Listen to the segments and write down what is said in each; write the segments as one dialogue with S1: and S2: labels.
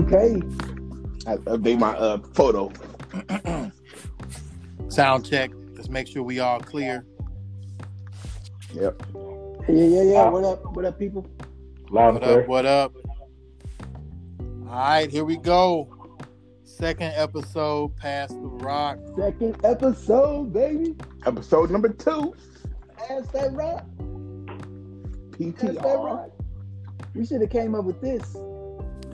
S1: UK. I update my uh, photo.
S2: Sound check. Let's make sure we all clear.
S1: Yep.
S3: Yeah, yeah, yeah.
S4: Uh,
S3: What up? What up, people?
S2: What up?
S4: Loud and clear.
S2: What up? All right, here we go. Second episode, past the rock.
S3: Second episode, baby.
S1: Episode number two.
S3: Ask that rock. Ask that
S1: PTR.
S3: rock. We should have came up with this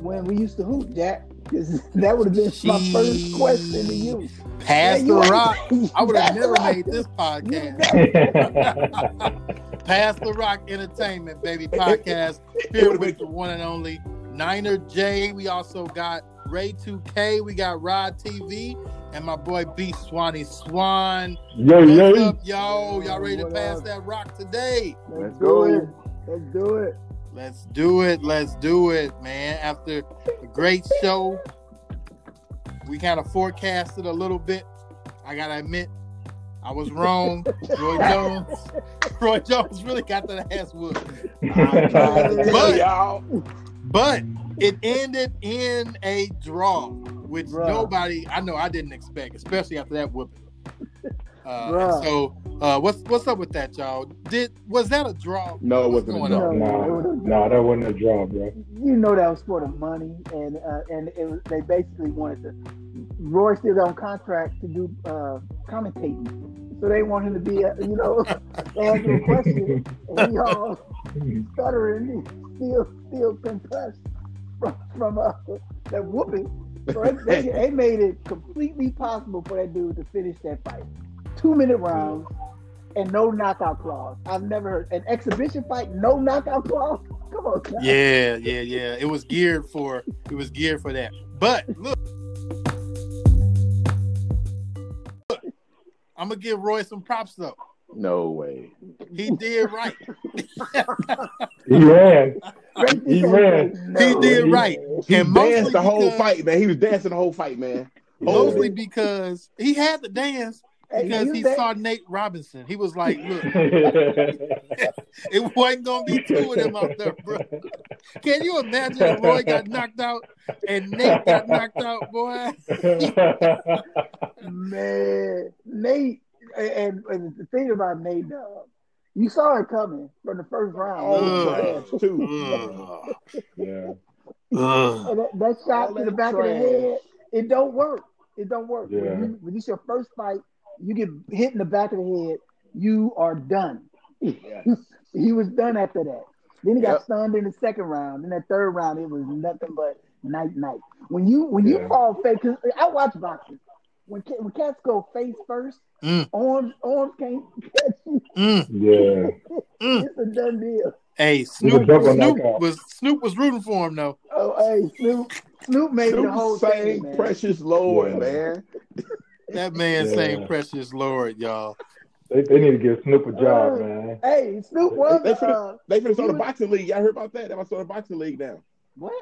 S3: when we used to hoop, Jack. Because that would have been my first question to you. Yeah,
S2: Past
S3: you
S2: the
S3: ain't-
S2: rock. I would have
S3: That's
S2: never
S3: right.
S2: made this podcast. Past the Rock Entertainment, baby podcast. Here with the one and only Niner J. We also got Ray 2K. We got Rod TV and my boy B Swanee Swan.
S4: Yo,
S2: What's
S4: yo.
S2: up, y'all? Y'all ready to
S3: What
S2: pass
S3: up?
S2: that rock today?
S1: Let's
S3: do
S1: go.
S3: It. Let's do it.
S2: Let's do it. Let's do it, man. After a great show, we kind of forecasted a little bit. I gotta admit, I was wrong. Roy Jones, Roy Jones really got that ass whooped.
S1: I'm trying to tell
S2: But-
S1: y'all.
S2: But it ended in a draw, which
S3: Bruh.
S2: nobody I know I didn't expect, especially after that whooping. Uh,
S3: Bruh.
S2: so uh, what's what's up with that, y'all? Did was that a draw?
S1: No, it
S2: What's
S1: wasn't a draw.
S2: going on?
S3: No, it
S4: Nah,
S3: would've-
S4: nah, that wasn't a draw, bro.
S3: You know that was for the money, and uh, and it, was- they basically wanted to. Roy still got on contract to do uh, commentating, so they want him to be, uh, you know, they asked him a question, and he all stuttering, still still concussed from from uh, that whooping. So it- they, they made it completely possible for that dude to finish that fight. Two minute rounds and no knockout clause. I've never heard an exhibition fight, no knockout clause. Come on, Cal.
S2: Yeah, yeah, yeah. It was geared for it was geared for that. But look, Look, I'm gonna give Roy some props though.
S1: No way.
S2: He did right.
S4: He ran.
S3: Great
S4: He
S3: defense,
S4: ran.
S3: but
S2: He did
S4: he-
S2: right.
S1: He
S2: And mostly
S1: danced the whole
S2: because-
S1: fight, man. He was dancing the whole fight, man. Oh,
S2: Mostly because he had to dance
S3: Hey,
S2: because
S3: you
S2: he
S3: bet-
S2: saw Nate Robinson. He was like, look, It wasn't gonna be two of them out there, bro. Can you imagine if Roy got knocked out and Nate got knocked out, boy?
S3: Man, Nate, and, and the thing about Nate, dog, you saw it coming from the first round.
S1: Oh,
S2: Ugh.
S1: trash, too.
S2: Ugh.
S4: yeah,
S2: Ugh.
S3: And that, that shot
S1: All
S3: to the
S1: that
S3: back of the
S1: trash.
S3: head, it don't work. It don't work.
S4: Yeah.
S3: When, you, when it's your first fight, you get hit in the back of the head, you are done.
S1: Yeah.
S3: He was done after that. Then he got
S1: Yep.
S3: stunned in the second round. In that third round, it was nothing but night night. When you when you
S4: Yeah.
S3: fall face, cause I watch boxing. When ca- when cats go face first,
S2: Mm.
S3: arms arms can't catch you.
S2: Mm.
S4: yeah.
S2: Mm.
S3: It's a done deal.
S2: Hey,
S4: He was
S2: Snoop,
S4: double
S2: Snoop
S4: knockout.
S2: was Snoop was rooting for him though.
S3: Oh, hey, Snoop, Snoop made the whole
S1: Snoop
S3: thing.
S1: sang
S3: man.
S1: Precious Lord,
S4: Yeah.
S1: man.
S2: That man
S4: Yeah.
S2: saying precious Lord, y'all.
S4: They, they need to give Snoop a job,
S3: Uh,
S4: man.
S3: Hey, Snoop was
S1: They- they finna-
S3: uh,
S1: They finished on the
S3: He was-
S1: boxing league. Y'all heard about that? They was on the boxing league now.
S3: what?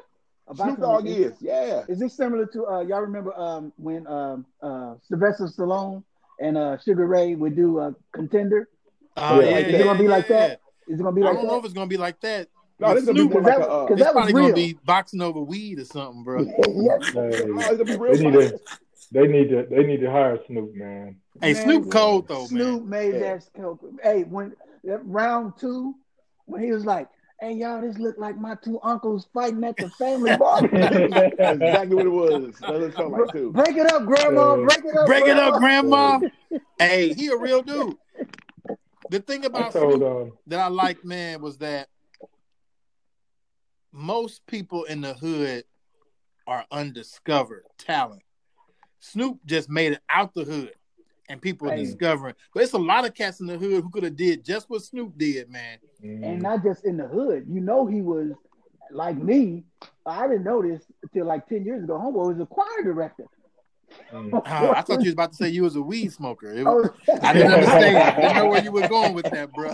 S3: A boxing
S1: Snoop Dogg
S3: league.
S1: is, yeah.
S3: Is this similar to uh, y'all remember um, when um, uh, Sylvester Stallone and uh, Sugar Ray would do uh, contender?
S2: Oh,
S4: Yeah.
S2: yeah,
S3: Is it gonna be
S2: yeah,
S3: like that? Is it gonna be
S2: yeah. I
S3: like
S2: don't know
S3: that?
S2: if it's gonna be like that.
S1: No, this is gonna
S2: Snoop
S1: be more
S3: was
S1: like
S3: that-
S1: a, uh,
S3: 'cause
S2: It's
S3: that was
S2: probably gonna
S3: real.
S2: be boxing over weed or something, bro.
S3: Yes,
S1: no,
S4: Hey,
S1: Oh, it's gonna be
S4: they
S1: real
S4: need
S1: fights.
S4: to they need to they need to hire Snoop, man.
S2: Hey,
S3: Man,
S2: Snoop cold though, man.
S3: Snoop made
S1: Yeah.
S3: that that. Hey, when that round two, when he was like, "Hey, y'all, this look like my two uncles fighting at the family barbecue.
S1: That's exactly what it was. That's what it felt like too.
S3: break it up, grandma.
S4: Yeah.
S3: Break it up.
S2: Break it up,
S3: grandma.
S2: grandma. hey, he a real dude. The thing
S4: I
S2: about Snoop
S4: told um
S2: that I liked, man, was that most people in the hood are undiscovered talent. Snoop just made it out the hood, and people are
S3: Hey.
S2: discovering. But it's a lot of cats in the hood who could have did just what Snoop did, man.
S3: and not just in the hood. You know, he was like me. I didn't know this until like ten years ago. Homeboy was a choir director.
S4: mm,
S2: Uh, I thought you was about to say you was a weed smoker. It was-
S3: Oh,
S2: I didn't understand. I didn't know where you were going with that, bro.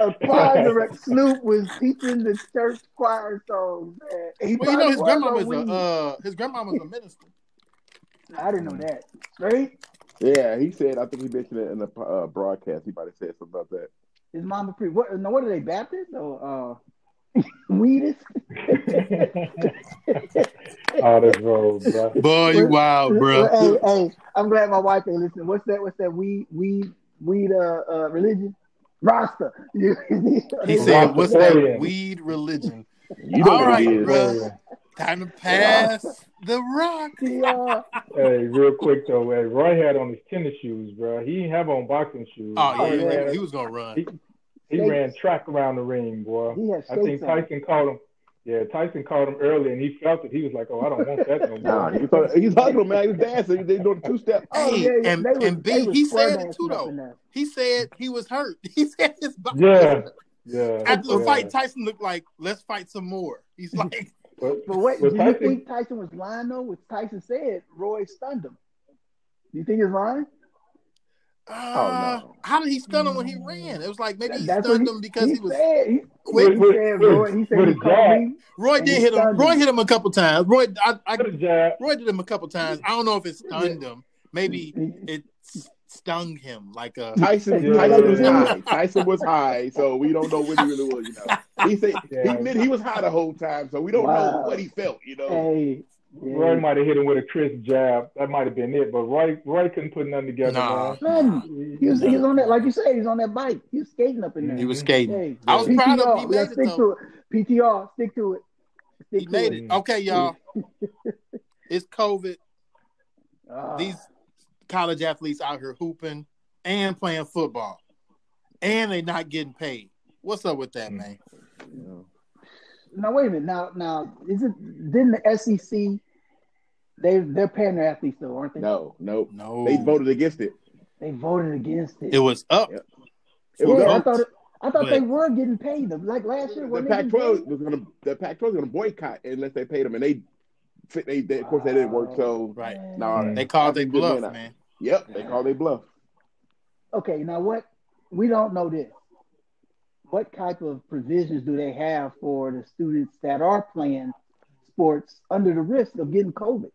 S3: a choir director. Snoop was teaching the church choir songs. Man. He
S2: Well, you know his
S3: probably
S2: grandma was
S3: was on
S2: a uh, his grandma was a minister.
S3: weed. I didn't know that. Straight.
S1: Yeah, he said. I think he mentioned it in the uh, broadcast. He might have said something about that.
S3: His mama pre. What? No, what are they Baptist or? Uh, Weedest.
S4: mm. All this road, bro.
S2: Boy, you wild, bro.
S3: Hey, hey, I'm glad my wife ain't listening. What's that? What's that? Weed, weed, weed. Uh, uh religion. Rasta.
S2: He said, "What's that weed religion?
S1: You know
S2: All
S1: what
S2: right,
S1: it is.
S2: bro. Time to pass the rock."
S3: Yeah.
S4: Hey, real quick though, hey, Roy had on his tennis shoes, bro. He didn't have on boxing shoes.
S2: Oh
S4: he,
S2: yeah,
S4: ran,
S2: he was gonna run.
S4: He- he ran track around the ring, boy.
S3: He has
S4: I think
S3: shakes on.
S4: Tyson called him. Yeah, Tyson called him early, and he felt it. He was like, "Oh, I don't want that no
S1: Nah,
S4: more."
S1: he's, he's hugging him, man. He's dancing. They're doing two step.
S3: Oh,
S2: Hey,
S3: yeah, yeah,
S2: and,
S3: they was-
S2: and
S3: they
S2: B,
S3: was
S2: he said
S3: square
S2: it too
S3: dancing up
S2: though.
S3: in there.
S2: He said he was hurt. He said his body.
S4: Yeah, yeah.
S2: After the
S4: yeah.
S2: fight, Tyson looked like, "Let's fight some more." He's like,
S4: But,
S3: But wait,
S4: Well,
S3: do
S4: Tyson-
S3: you think Tyson was lying though? What Tyson said, Roy stunned him. Do you think he's lying? Oh,
S2: uh,
S1: no.
S2: "How did he stun him when he ran?" It was like maybe he
S3: That's what
S2: stunned
S3: he-
S2: him because he was
S3: said. He,
S2: quick.
S3: he said Roy. He said
S4: With
S3: he
S4: a
S3: called
S4: jab.
S3: me.
S2: Roy
S3: And
S2: did
S3: he
S2: hit him.
S3: stunned
S2: Roy
S3: him.
S2: hit him a couple times. Roy, I, I,
S4: what a jab.
S2: Roy did him a couple times. I don't know if it stunned him. Maybe
S3: He-
S2: it s- stung him like a.
S1: Tyson,
S4: Yeah.
S1: Tyson was high. Tyson was high, so we don't know what he really was. You know, he said he
S4: Yeah.
S1: admitted he was high the whole time, so we don't know
S3: Wow.
S1: what he felt. You know,
S3: Hey,
S4: Roy might have hit him with a crisp jab. That might have been it. But Roy, Roy couldn't put nothing together.
S2: Nah.
S3: nothing.
S4: man.
S3: He was, he was on that, like you said, he's on that bike. He was skating up in there.
S2: He was skating.
S3: Hey,
S2: I was proud of him. He
S3: PTR,
S2: made
S3: let's
S2: it,
S3: stick to
S2: though.
S3: it. PTR, stick to it. Stick
S2: He
S3: to
S2: made
S3: it.
S2: it. Okay, y'all. It's COVID.
S3: Ah,
S2: These college athletes out here hooping and playing football, and they not getting paid. What's up with that, man?
S3: now wait a minute. Now now is it didn't the SEC they they're paying their athletes though, aren't they?
S1: no, no,
S2: No,
S1: they voted against it.
S3: They voted against it.
S2: It was up.
S1: Yep. It was
S3: yeah, I
S1: up.
S3: thought it, I thought
S2: But-
S3: they were getting paid. Like last year,
S1: The
S3: when
S1: Pac-12 was gonna the Pac-12 was gonna boycott unless they paid them, and they, they, they of course that didn't work. So
S2: Right.
S1: nah,
S2: They called their
S1: Just went
S2: bluff,
S1: out.
S2: man.
S1: yep, they called their bluff.
S3: Okay, now what? We don't know this. What type of provisions do they have for the students that are playing sports under the risk of getting COVID?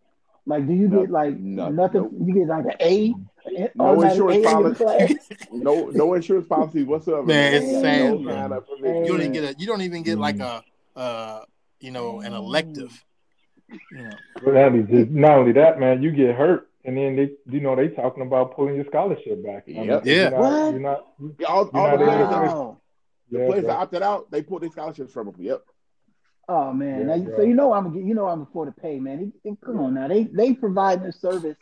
S3: Like, do you
S1: No-
S3: get like
S1: no-
S3: nothing?
S1: nope.
S3: You get like an A, an
S1: No
S3: automatic
S1: insurance
S3: A in your
S1: policy.
S3: class?
S1: No, no insurance policy whatsoever.
S2: Man, it's sad,
S1: No
S4: bro.
S1: kind of
S2: You
S1: provision.
S2: don't even get a. You don't even get like a, uh, you know, an elective. You know.
S4: But not only, just, not only that, man, you get hurt, and then they, you know, they talking about pulling your scholarship back. I mean,
S1: Yep.
S2: Yeah.
S4: You're not.
S3: What?
S4: You're not you-
S1: Yeah, all, all
S4: You're
S1: the
S4: not
S1: players,
S4: even-
S1: that-
S3: Wow.
S1: the
S4: yeah,
S1: players
S4: bro.
S1: that opted out, they pulled their scholarships from them. Yep.
S3: Oh man.
S4: Yeah,
S3: Now,
S4: bro.
S3: so you know I'm you know I'm for the pay, man. It- it- come on now. They they provide their service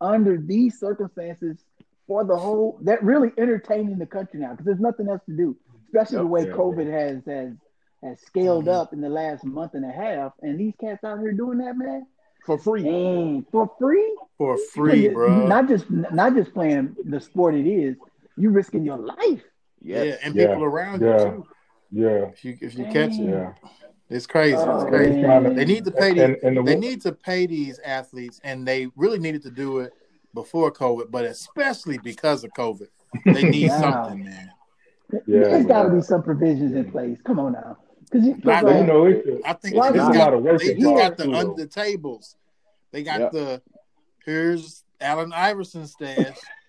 S3: under these circumstances for the whole that really entertaining the country now because there's nothing else to do. Especially the
S1: Yep.
S3: way
S4: Yeah, Mm-hmm.
S3: COVID has has has scaled
S2: Mhm.
S3: up in the last month and a half, and these cats out here doing that, man,
S1: For
S4: Mm.
S1: free.
S3: Dang, for free,
S2: For free,
S3: Well,
S2: bro.
S3: Not just not just playing the sport it is, you risking your life.
S1: Yes.
S2: Yeah, and
S4: Yeah.
S2: people around
S4: Yeah.
S2: you too.
S4: yeah,
S2: If you if you catch it,
S4: yeah.
S2: it's crazy.
S3: Oh,
S4: Uh,
S2: It's crazy.
S3: man.
S2: They need to pay
S4: And,
S2: these.
S4: and the,
S2: They need to pay these athletes, and they really needed to do it before COVID, but especially because of COVID, they need
S3: Wow.
S2: something, man.
S4: Yeah,
S3: There's got to
S4: yeah.
S3: be some provisions in place. Come on now, because you,
S2: Right,
S4: but you
S3: like,
S4: know, it's a,
S2: I think
S3: Why
S2: they
S4: it's
S2: just
S3: not?
S4: a
S2: got,
S4: lot of work
S2: they just
S4: involved
S2: got
S4: too.
S2: the
S4: though.
S2: under tables. They got
S1: Yeah.
S2: the here's Allen Iverson stash,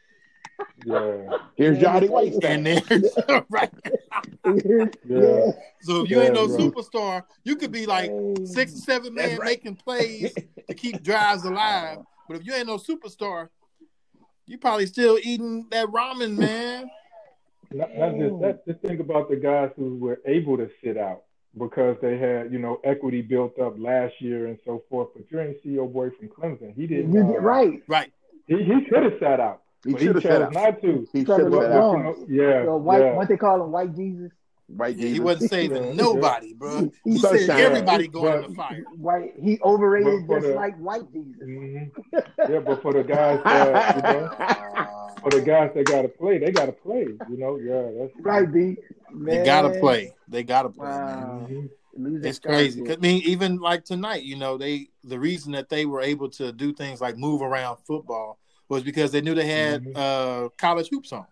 S4: Yeah,
S1: Here's
S3: Yeah.
S1: Johnny White.
S2: and there's right.
S4: yeah,
S2: So if you ain't no
S4: Yeah, bro.
S2: superstar, you could be like six or seven
S1: That's
S2: man
S1: right.
S2: making plays to keep drives alive. But if you ain't no superstar, you probably still eating that ramen, man.
S4: Not, not just that. Just think about the guys who were able to sit out because they had, you know, equity built up last year and so forth. But you ain't see your boy from Clemson. He didn't.
S3: You
S4: uh,
S3: get right.
S2: Right.
S4: He, he could have sat out.
S1: He
S4: but he
S1: should have
S4: chose
S1: set out.
S4: not to.
S1: He should
S3: Trevor
S1: have set out.
S3: Lawrence.
S4: You know, yeah,
S3: The white,
S4: yeah.
S3: what they call him, white Jesus.
S1: Right,
S2: Yeah, he
S1: Jesus.
S2: wasn't saving
S4: Yeah.
S2: nobody, bro. He said
S1: Sunshine.
S2: everybody going
S4: But-
S2: in the fire.
S3: White, he overrated
S4: But uh, for
S3: just
S4: the-
S3: like white Jesus.
S4: hmm yeah, but for the guys, that, you know, for Oh, the guys that got to play, they got to play. You know, yeah, that's
S3: Right, B.
S2: They
S3: Man.
S2: gotta play. They gotta play, man.
S3: Wow,
S4: Mhm.
S3: Lose that
S2: It's crazy. 'Cause, I
S3: scholarship.
S2: mean, even like tonight, you know, they the reason that they were able to do things like move around football was because they knew they had
S3: Mm-hmm.
S4: Mhm.
S2: uh, college hoops on.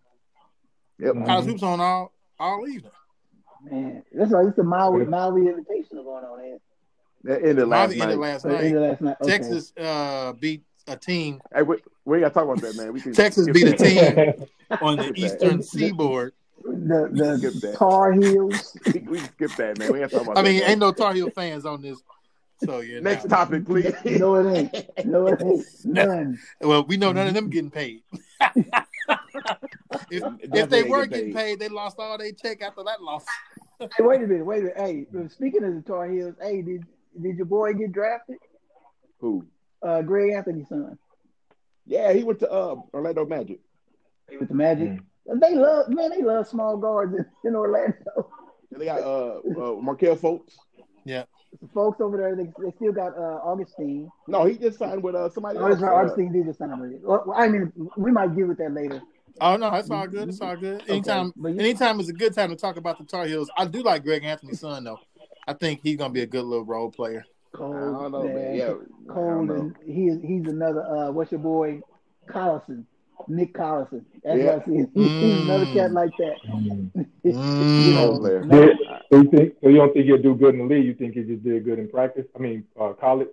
S1: Yep.
S4: Mhm.
S2: College hoops on all all evening.
S3: Man, that's why it's a mild, mild invitational going on there.
S1: That ended last
S2: Probably ended
S1: night.
S2: last
S3: So,
S2: night.
S3: end of last night. Oh, Okay.
S2: Texas uh, beat a team.
S1: Hey, we, we ain't got to talk about that, man. We can
S2: Texas beat a team on the
S1: Skip that.
S2: Eastern Seaboard
S3: the
S1: Skip that.
S3: the Tar Heels.
S1: We, we skip that, man. We ain't talk about
S2: I mean,
S1: that.
S2: ain't no Tar Heel fans on this. So yeah.
S1: Next
S2: nah.
S1: topic, please.
S3: No, it ain't. No, it ain't. None.
S2: Well, we know none of them getting paid. if, if
S1: Definitely
S2: they
S1: ain't
S2: were
S1: getting
S2: getting
S1: paid.
S2: paid, they lost all they check after that loss.
S3: Hey, wait a minute. Wait a minute. Hey, speaking of the Tar Heels, hey, did did your boy get drafted?
S1: Who?
S3: Uh, Greg Anthony's son.
S1: Yeah, he went to uh, Orlando Magic.
S3: He with the Magic.
S4: Hmm.
S3: They love man. They love small guards in, in Orlando.
S1: And they got uh, uh Markel Folks.
S3: The folks over there, they, they still got uh, Augustine.
S1: No, he just signed with uh somebody
S3: Oh, that's
S1: else.
S3: right.
S1: Uh,
S3: Augustine did just sign with it. Well, I mean, we might deal with that later.
S2: Oh no, that's all good. It's all good.
S3: Mm-hmm.
S2: Anytime,
S3: but you-
S2: anytime is a good time to talk about the Tar Heels. I do like Greg Anthony's son though. I think he's gonna be a good little role player.
S1: I
S3: Cold,
S1: don't know,
S3: man.
S1: man. Yeah, I don't
S3: Cold,
S1: know.
S3: and he is, he's another. Uh, what's your boy, Collison? Nick Collison. That's
S1: Yeah.
S3: what I see. he's another cat
S2: Mm.
S3: like that.
S1: Good
S2: Mm.
S1: old player.
S4: Yeah. So you think? So you don't think he'll do good in the league? You think he just did good in practice? I mean, uh, college.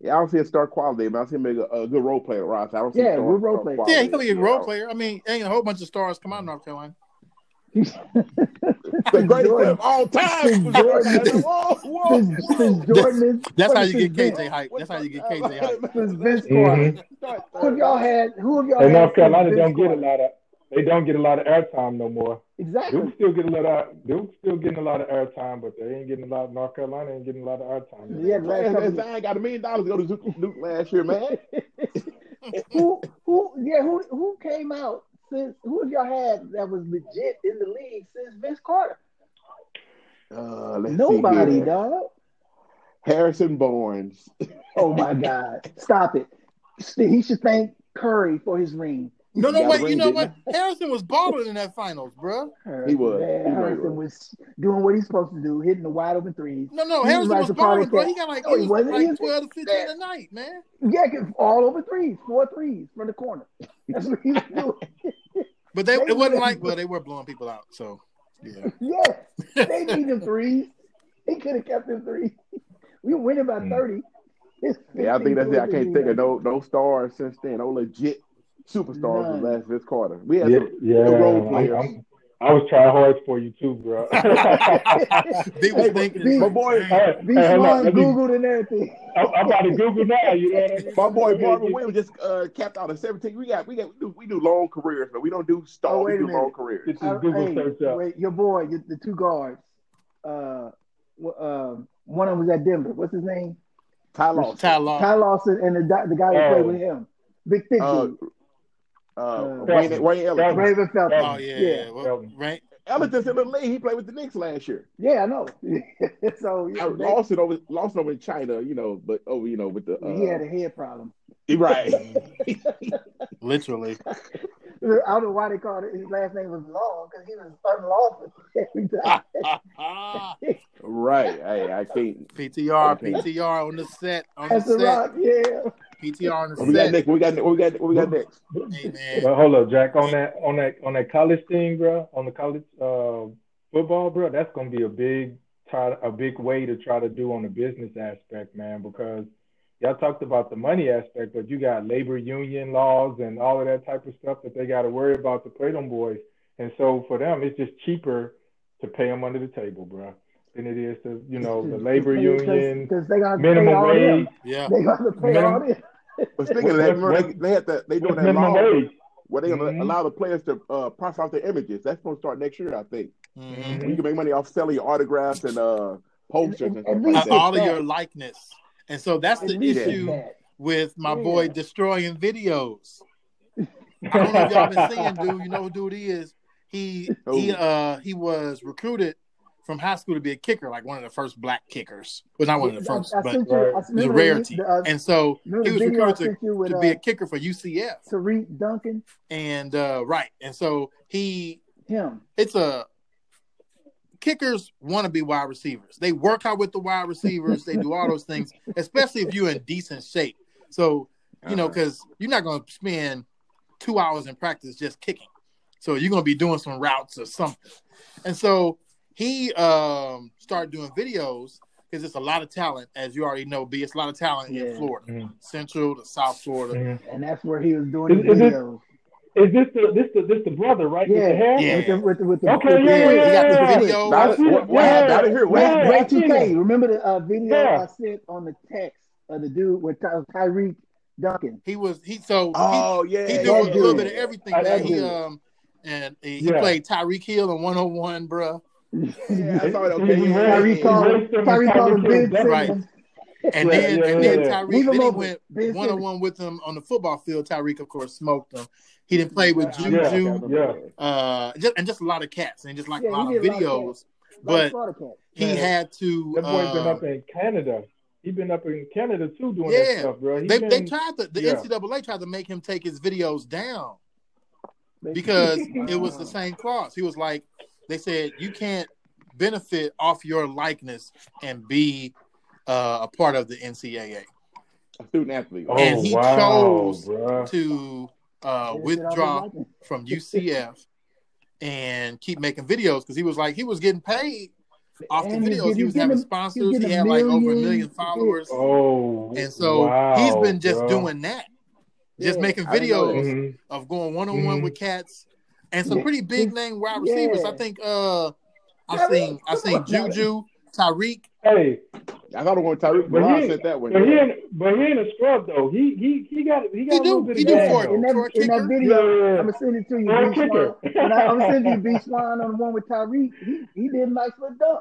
S1: Yeah, I don't see a star quality, but I see him make a, a good role player, Ross. I don't see
S3: Yeah,
S1: a star,
S3: good role
S1: star
S3: player.
S1: quality.
S2: Yeah, he can be a
S1: Yeah,
S2: role
S1: I-
S2: player. I mean, ain't a whole bunch of stars come out of North Carolina.
S1: The greatest player
S3: Jordan.
S1: of all time. was
S3: Jordan.
S1: Jordan. Whoa, whoa,
S3: Since, since Jordan is
S2: That's how
S3: fucking
S2: you get
S3: since
S2: KJ hype. That's how you get KJ hype.
S1: Vince-
S3: Since Vince Carter.
S4: Mhm.
S3: Who have y'all had? Who have y'all
S4: And
S3: had?
S4: North Carolina
S3: since
S4: don't get a
S3: Vince Carter?
S4: lot of. They don't get a lot of airtime no more. Duke
S3: Exactly.
S4: still getting a lot. Of, Duke still getting a lot of airtime, but they ain't getting a lot. North Carolina ain't getting a lot of airtime.
S3: Yeah, the last couple
S1: Man,
S3: of-
S1: Zion got a million dollars to go to Duke, Duke last year, man.
S3: who who yeah who who came out since who have y'all had that was legit in the league since Vince Carter?
S1: Uh, let's see
S3: Nobody,
S1: here.
S3: dog.
S1: Harrison Barnes.
S3: Oh my God! Stop it. St- He should thank Curry for his ring.
S1: He
S2: No, no,
S1: got a
S2: wait. You
S1: ring,
S2: know
S1: didn't
S2: what? Harrison was balling in that finals, bruh.
S3: Her-
S1: He was.
S3: man,
S1: He really
S3: Harrison was doing what he's supposed to do, hitting the wide open threes.
S2: No, no,
S3: He
S2: Harrison
S3: was like
S2: was
S3: the
S2: balling,
S3: product
S2: bro.
S3: that-
S2: He got like
S3: No, he
S2: he was
S3: wasn't. He
S2: like
S3: was-
S2: twelve to fifteen a night, man.
S3: Yeah, get all over threes, four threes from the corner. That's what he was doing.
S2: But they,
S3: They
S2: it wasn't
S3: win.
S2: like well, they were blowing people out. So yeah,
S3: Yes, they needed threes. He could have kept them three. We were winning by
S4: Hmm.
S3: thirty. It's
S1: Yeah, I think that's it. I
S3: 15,
S1: can't think of no no stars since then. No legit superstars
S3: None.
S1: since last Vince Carter. We had
S4: Yeah,
S1: some.
S4: yeah.
S1: the role
S4: I'm-
S1: players.
S4: I'm- I was trying hard for you too, bro.
S2: they was
S1: Hey, but-
S2: thinking.
S3: but
S2: like,
S1: boy,
S2: "Dang."
S4: Hey,
S3: Beast
S4: hey, hold on,
S3: One
S4: let me-
S3: Googled and everything.
S4: I'm, I'm about to Google now. You know what I mean?
S1: My boy
S4: Let me
S1: Marvin
S4: get-
S1: Williams just uh, capped out at 17. We got we got we do, we do long careers, but we don't do stars.
S3: Oh, wait
S1: we
S3: a
S1: do
S3: minute.
S1: long careers.
S4: Get this Google
S3: Hey,
S4: search up.
S3: Wait, your boy, your, the two guards. Uh, w- um, one of them was at Denver. What's his name?
S1: Ty Lawson,
S2: Ty Oh, Law.
S3: Ty Lawson and the do- the guy that played
S4: Oh.
S3: with him, Big Thick,
S1: uh,
S3: dude,
S1: uh,
S3: Uh,
S1: Wayne, Wayne Ellington.
S4: Elton.
S3: Raven Felton.
S2: Oh yeah,
S3: Yeah.
S2: yeah. Well,
S4: Elton.
S2: right.
S1: Ellington's in the league. He played with the Knicks last year.
S3: Yeah, I know. so yeah,
S1: I
S3: they-
S1: lost it over lost it over in China, you know, but oh, you know, with the
S3: he had
S1: uh,
S3: a head problem.
S1: right.
S2: Literally.
S3: I don't know why they called it. His last name was Long because he was unlawful every time.
S1: Ah, Right. Hey, I can't.
S2: PTR, PTR on the set, on
S3: That's
S2: the
S3: the
S2: set,
S3: rock. Yeah.
S2: PTR on the
S1: Oh, We got
S2: set.
S1: Nick. We got Nick. We got we got next.
S2: Hey, man.
S4: But hold up, Jack. On that, on that, on that college thing, bro. On the college uh, football, bro. That's gonna be a big, try, a big way to try to do on the business aspect, man. Because y'all talked about the money aspect, but you got labor union laws and all of that type of stuff that they got to worry about to play them boys. And so for them, it's just cheaper to pay them under the table, bro, than it is to, you know, the labor union,
S3: because they got to pay
S4: minimum
S3: all them.
S4: wage.
S2: Yeah.
S3: They got to pay all them.
S1: But speaking of that, remember they, they had that. They doing
S4: What's
S1: that
S4: minimum
S1: law
S4: wage?
S1: where they gonna
S3: Mm-hmm.
S4: Mhm.
S1: allow the players to uh, price off their images. That's gonna start next year, I think.
S2: Mhm.
S1: You can make money off selling your autographs and uh, posters and,
S3: And-
S1: stuff
S3: and
S1: like
S2: Uh,
S1: that.
S2: all of your likeness. And so that's the
S3: At least
S2: issue
S3: that.
S2: with my
S3: Yeah.
S2: boy destroying videos. I don't know if y'all been seeing dude. You know who dude is? He he
S1: Who?
S2: uh he was recruited from high school to be a kicker, like one of the first black kickers. Well, not one of the
S3: I-
S2: first,
S3: I
S2: but
S3: sent you- I
S4: Right.
S3: remember
S2: he's a
S3: the-
S2: rarity.
S3: the, uh,
S2: And so
S3: remember
S2: he
S3: the video
S2: was
S3: I
S2: recruited
S3: sent you
S2: to,
S3: with
S2: to
S3: uh,
S2: be a kicker for UCF.
S3: Tariq Duncan,
S2: And uh right. And so he
S3: him.
S2: it's a kickers want to be wide receivers. They work out with the wide receivers. they do all those things, especially if you're in decent shape. So you know, because you're not going to spend two hours in practice just kicking. So you're going to be doing some routes or something. And so he um started doing videos because it's a lot of talent, as you already know. B, it's a lot of talent in
S3: Yeah. Mm-hmm.
S2: Florida,
S4: Mhm.
S2: Central to South Florida.
S4: Mhm.
S3: And that's where he was doing the
S4: Is- is it-
S3: videos.
S4: Is this the this the this the brother right? With the hair?
S2: Yeah.
S3: With the, with the, with the,
S4: Okay,
S3: with
S4: yeah,
S3: the-
S4: yeah,
S2: he got
S4: yeah.
S2: the video.
S1: Now,
S4: I see
S1: what,
S4: it.
S1: what
S4: Yeah.
S1: happened out of here? What
S4: Yeah.
S1: happened?
S3: Ray
S4: I seen
S3: 2K.
S4: it.
S3: Remember the uh, video
S4: Yeah.
S3: I sent on the text of the dude with Ty- Tyreek Duncan?
S2: He was he so
S1: Oh yeah,
S2: he, he do
S1: yeah,
S2: a little
S3: dude.
S2: bit of everything,
S4: I-
S2: man.
S4: I
S2: He
S3: do.
S2: um and he
S4: Yeah.
S2: played Tyreek Hill in 101, bro.
S1: Yeah, I saw it. Okay,
S4: He- he
S1: yeah,
S4: raised-
S1: yeah,
S3: Tyreek
S4: he
S1: yeah.
S3: called-
S4: raised him
S3: Tyreek
S4: and
S3: called him
S4: Tyreek
S3: Ben
S4: Hill.
S2: Right.
S3: Simmons.
S2: And
S4: Yeah,
S2: then
S4: yeah,
S2: and then
S4: yeah.
S2: Tyreek
S3: Leave
S2: then
S3: him
S2: he
S3: open.
S2: went
S3: Ben
S2: one on
S3: Simmons.
S2: one with him on the football field. Tyreek, of course, smoked him. He didn't play with
S1: I remember, I
S2: Juju,
S1: remember
S4: Yeah.
S1: that.
S2: uh, just, and just a lot of cats and just like
S3: Yeah,
S2: a
S3: he
S2: lot of
S3: did a lot of
S2: videos.
S3: cats.
S2: But
S3: Slaughter Cat.
S2: he
S4: Yeah.
S2: had to.
S4: That boy's been
S2: uh,
S4: up in Canada. He been up in Canada too doing
S2: Yeah.
S4: that stuff, bro. He
S2: they,
S4: been,
S2: they tried to, the
S4: yeah.
S2: NCAA tried to make him take his videos down
S3: They-
S2: because it was the same clause. He was like, they said you can't benefit off your likeness and be uh, a part of the NCAA
S1: A student athlete.
S4: oh,
S2: and he
S4: wow,
S2: chose
S4: bro.
S2: to
S3: They did
S2: uh,
S3: all they
S2: withdraw
S3: liked him.
S2: from UCF and keep making videos because he was like he was getting paid off the
S3: And he's
S2: videos.
S3: getting-
S2: he was
S3: he's
S2: having
S3: getting-
S2: sponsors.
S3: he's
S2: He
S3: getting
S2: had like over a million
S3: millions.
S2: followers,
S4: Oh,
S2: and so
S4: wow,
S2: he's been just
S4: bro.
S2: doing that, just
S3: Yeah,
S2: making
S1: I didn't know that.
S2: videos
S4: Mhm.
S2: of going one on one
S4: Mhm.
S2: with cats and
S3: Mm-hmm.
S2: some
S3: Yeah.
S2: pretty big name wide receivers. I
S3: Yeah.
S2: think uh I
S3: Tyreek,
S2: seen I
S3: come
S2: seen
S3: on, Tyreek.
S2: Juju, Tyreek.
S4: Hey,
S1: I thought it was Tyreek.
S4: But
S1: But
S4: he-
S1: said that one.
S4: but he ain't, but he ain't a scrub though. He he he got he got
S2: He
S4: a little
S2: do
S4: bit
S2: he
S4: of
S2: do
S4: game,
S2: for
S4: though.
S3: in that,
S2: for a
S3: in that
S2: kicker.
S4: Yeah,
S3: video,
S4: yeah,
S3: I'm gonna send it to you,
S4: yeah. For a
S3: B Swan.
S4: kicker.
S3: And I, I'm gonna send you B Swan on the one with Tyreek. He, he did a nice little dunk.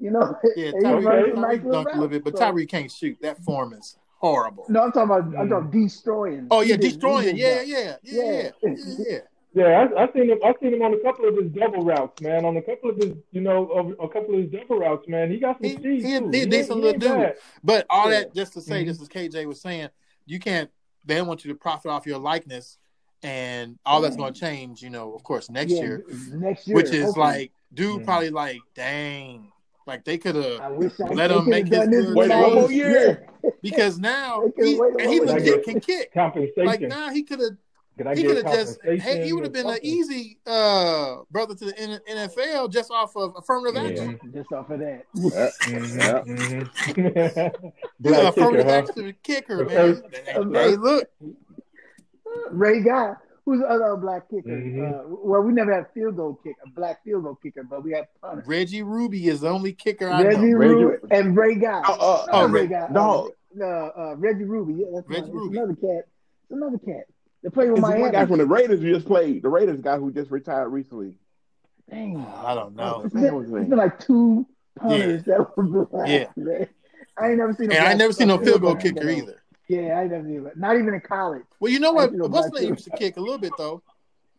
S3: You know,
S2: Yeah,
S3: and he
S2: Tyreek,
S3: runs some nice little
S2: Tyreek dunked a little
S3: routes.
S2: bit, but
S3: So-
S2: Tyreek can't shoot. That form is horrible.
S3: No, I'm talking about I'm
S4: Mhm.
S3: talking destroying.
S2: Oh yeah,
S3: He did- he
S2: destroying.
S3: did
S2: Yeah,
S3: that.
S2: yeah, yeah, yeah, yeah, yeah.
S4: Yeah, I, I seen him. I seen him on a couple of his double routes, man. On a couple of his, you know, a, a couple of his double routes, man. He got some
S2: He-
S4: speed
S2: he a-
S4: too.
S2: he a
S4: ain't-
S2: decent
S4: he
S2: little
S4: ain't
S2: dude.
S4: bad.
S2: But all
S4: Yeah.
S2: that just to say,
S3: Mm-hmm.
S4: Mhm.
S2: just as KJ was saying, you can't. They don't want you to profit off your likeness, and all that's going to change. You know, of course, next
S3: Mm-hmm. Yeah,
S2: year,
S3: Next year,
S2: which is
S3: hopefully.
S2: like, dude,
S4: Mhm.
S2: probably like, dang, like they could have
S3: I wish I
S2: let
S3: they
S2: him make
S3: could've done
S2: his
S3: this
S2: moves
S3: when
S1: Wait
S3: I
S1: one more
S3: was-
S1: year.
S2: because now
S3: They could've
S2: he
S3: waited
S2: and he
S4: one more
S2: legit
S4: year.
S2: can kick.
S4: Compensation.
S2: Like now he could have
S4: Could I
S2: he
S4: get
S2: could have just
S4: compensation
S2: hey, he would have
S4: or
S2: been an
S4: something?
S2: easy uh brother to the N- NFL just off of affirmative
S1: Yeah.
S2: action.
S3: Yeah, just off of that.
S1: Yeah. Yeah.
S4: Mhm, mhm.
S2: You an
S4: Black kicker,
S2: affirmative
S4: huh?
S2: action kicker,
S4: The
S2: man.
S4: first-
S2: Hey,
S3: the
S2: hey,
S3: first-
S2: look,
S3: Ray Guy, who's the other black kicker?
S4: Mhm.
S2: Mm-hmm.
S3: Uh, well, we never had field goal kick, a black field goal kicker, but we had punter.
S2: Reggie Ruby is the only kicker I know.
S3: Reggie
S1: Ray
S3: Ruby
S1: Gu-
S3: and Ray Guy.
S1: Oh, uh,
S2: Oh,
S3: Not
S1: uh,
S3: Ray Guy.
S1: dog.
S3: No, uh, Reggie Ruby. Yeah, that's
S2: Reggie
S3: one. It's
S2: Ruby.
S3: another cat. It's another cat. They play with
S1: It's the
S3: Miami.
S1: one guy from the Raiders who just played. The Raiders guy who just retired recently.
S3: Dang.
S2: I don't know.
S1: Oh,
S3: It's
S1: man, what's his
S3: been, it's
S1: name?
S3: been like two punters that were black.
S2: Yeah.
S3: man. I ain't never seen. a
S2: And I
S3: black-
S2: never seen no
S3: a
S2: field goal
S3: black
S2: kicker
S3: though.
S2: either.
S3: Yeah, I ain't never seen. it. Not even in college.
S2: Well, you know
S3: I
S2: what?
S3: ain't seen no
S2: What's
S3: black
S2: name
S3: kicker.
S2: used to kick a little bit though?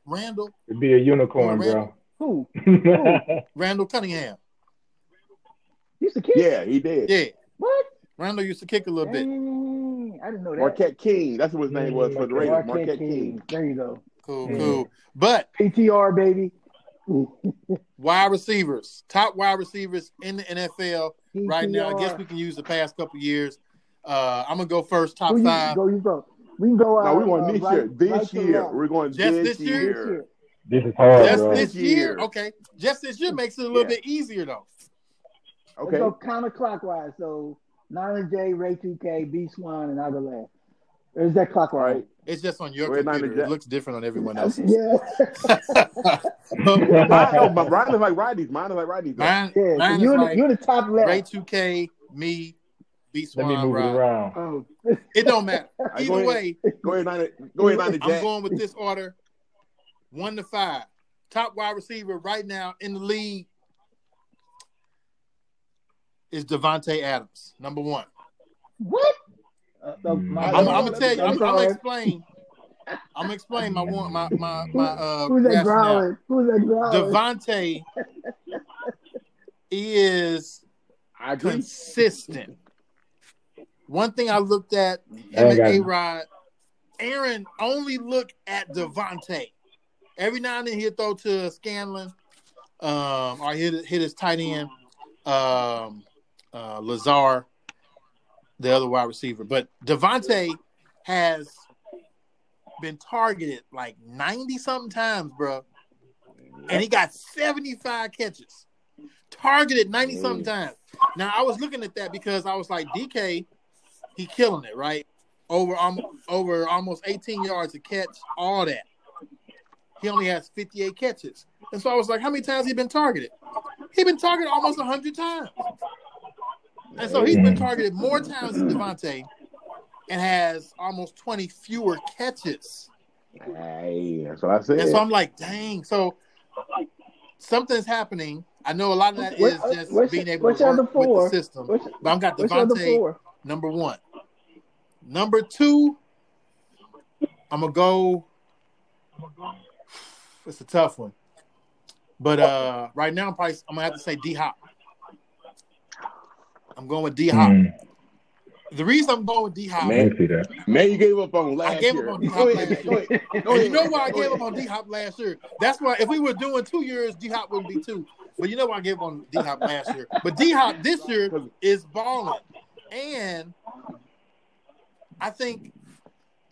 S2: Randall,
S4: It'd be a unicorn, bro.
S3: Who
S2: Randall Cunningham.
S3: used to kick?
S1: Yeah, he did.
S2: Yeah,
S3: What?
S2: Randall used to kick a little bit.
S3: Dang, I didn't know that.
S1: Marquette King. That's what his name was for the Raiders.
S3: Marquette
S1: Marquette
S3: King.
S1: King.
S3: There you go.
S2: Cool,
S4: Yeah.
S2: cool. But
S3: PTR baby.
S2: wide receivers, top wide receivers in the NFL right now. I guess
S3: PTR.
S2: we can use the past couple years. Uh, I'm gonna go first, top
S3: Who you-
S2: five.
S3: Go you go. We can go.
S1: No,
S3: uh,
S1: we
S3: uh,
S1: want this
S3: right-
S1: year.
S3: right
S1: This
S3: to
S1: year.
S3: left.
S1: We're going
S2: Just
S1: this
S2: this year?
S3: This
S1: year.
S3: year.
S4: This is hard,
S2: Just
S4: bro.
S2: this
S1: This
S2: year,
S1: year.
S2: okay. Just this year makes it a little
S1: Yeah.
S2: bit easier though.
S1: Okay.
S3: Let's go counterclockwise. So Nylon J, Ray 2K, B Swan, and I go last. There's that
S1: All
S3: clockwise.
S1: right.
S2: It's just on your
S1: We're not
S2: computer.
S1: exact-
S2: It looks different on everyone else's.
S3: Yeah.
S2: But
S1: Mine, oh, but mine is like Rodney's. Mine is like Rodney's. though.
S2: mine,
S3: Yeah. So
S2: mine
S3: you're,
S2: is
S3: in the,
S2: like
S3: you're in the top left.
S2: Ray 2K, me, B
S4: Let me
S2: Swan,
S4: move it
S2: Rod.
S4: around.
S3: oh.
S2: It don't matter.
S1: All right, go
S2: Either
S1: ahead.
S2: way,
S1: Go ahead, Niner. Go ahead, Niner
S2: I'm
S1: Jack.
S2: going with this order. One to five. Top wide receiver right now in the league is Devontae Adams, number one.
S3: What? Uh, so
S4: Mm.
S3: my-
S1: I
S2: I'm,
S1: know,
S2: I'm gonna tell you, I'm, I'm gonna
S3: sorry.
S2: explain. I'm gonna explain my one my my my uh
S3: Who's that
S2: rationale.
S3: growling? Oh. Who's that growling?
S2: Devontae is
S1: I agree.
S2: consistent. One thing I looked at him
S4: I ain't
S2: and
S4: got
S2: A
S4: it.
S2: Rod, Aaron only looked at Devontae. Every now and then he'll throw to Scanlon, um, or hit hit his tight end, um, uh, Lazar, the other wide receiver. But Devontae has been targeted like ninety something times, bro, and he got seventy five catches, targeted ninety something times. Now I was looking at that because I was like, DK, he killing it, right? Over um, over almost eighteen yards a catch, all that. He only has 58 catches. And so I was like, how many times he been targeted? He been targeted almost 100 times. And so he's been targeted more times than Devontae and has almost 20 fewer catches.
S1: Hey, that's what I said.
S2: And so I'm like, dang. So like, something's happening. I know a lot of that
S3: What-
S2: is just
S3: what's-
S2: being able
S3: what's
S2: to
S3: other
S2: work
S3: four?
S2: with the system.
S3: What's,
S2: But I've got
S3: what's the other
S2: Devontae,
S3: four?
S2: number one. Number two, I'm going to go. It's a tough one. But uh, right now, I'm probably I'm gonna have to say D Hop. I'm going with D Hop.
S4: Mm,
S2: The reason I'm going with D Hop
S1: Man,
S4: I see that.
S1: Man, you gave up on last
S2: I gave
S1: year.
S2: up on D
S1: Go
S2: Hop
S1: ahead,
S2: last
S1: go
S2: year.
S1: ahead, go
S2: And
S1: ahead.
S2: Oh, you know why I
S1: Go
S2: gave
S1: ahead.
S2: up on D Hop last year? That's why if we were doing two years, D Hop wouldn't be two. But you know why I gave up on D Hop last year. But D Hop this year is balling, and I think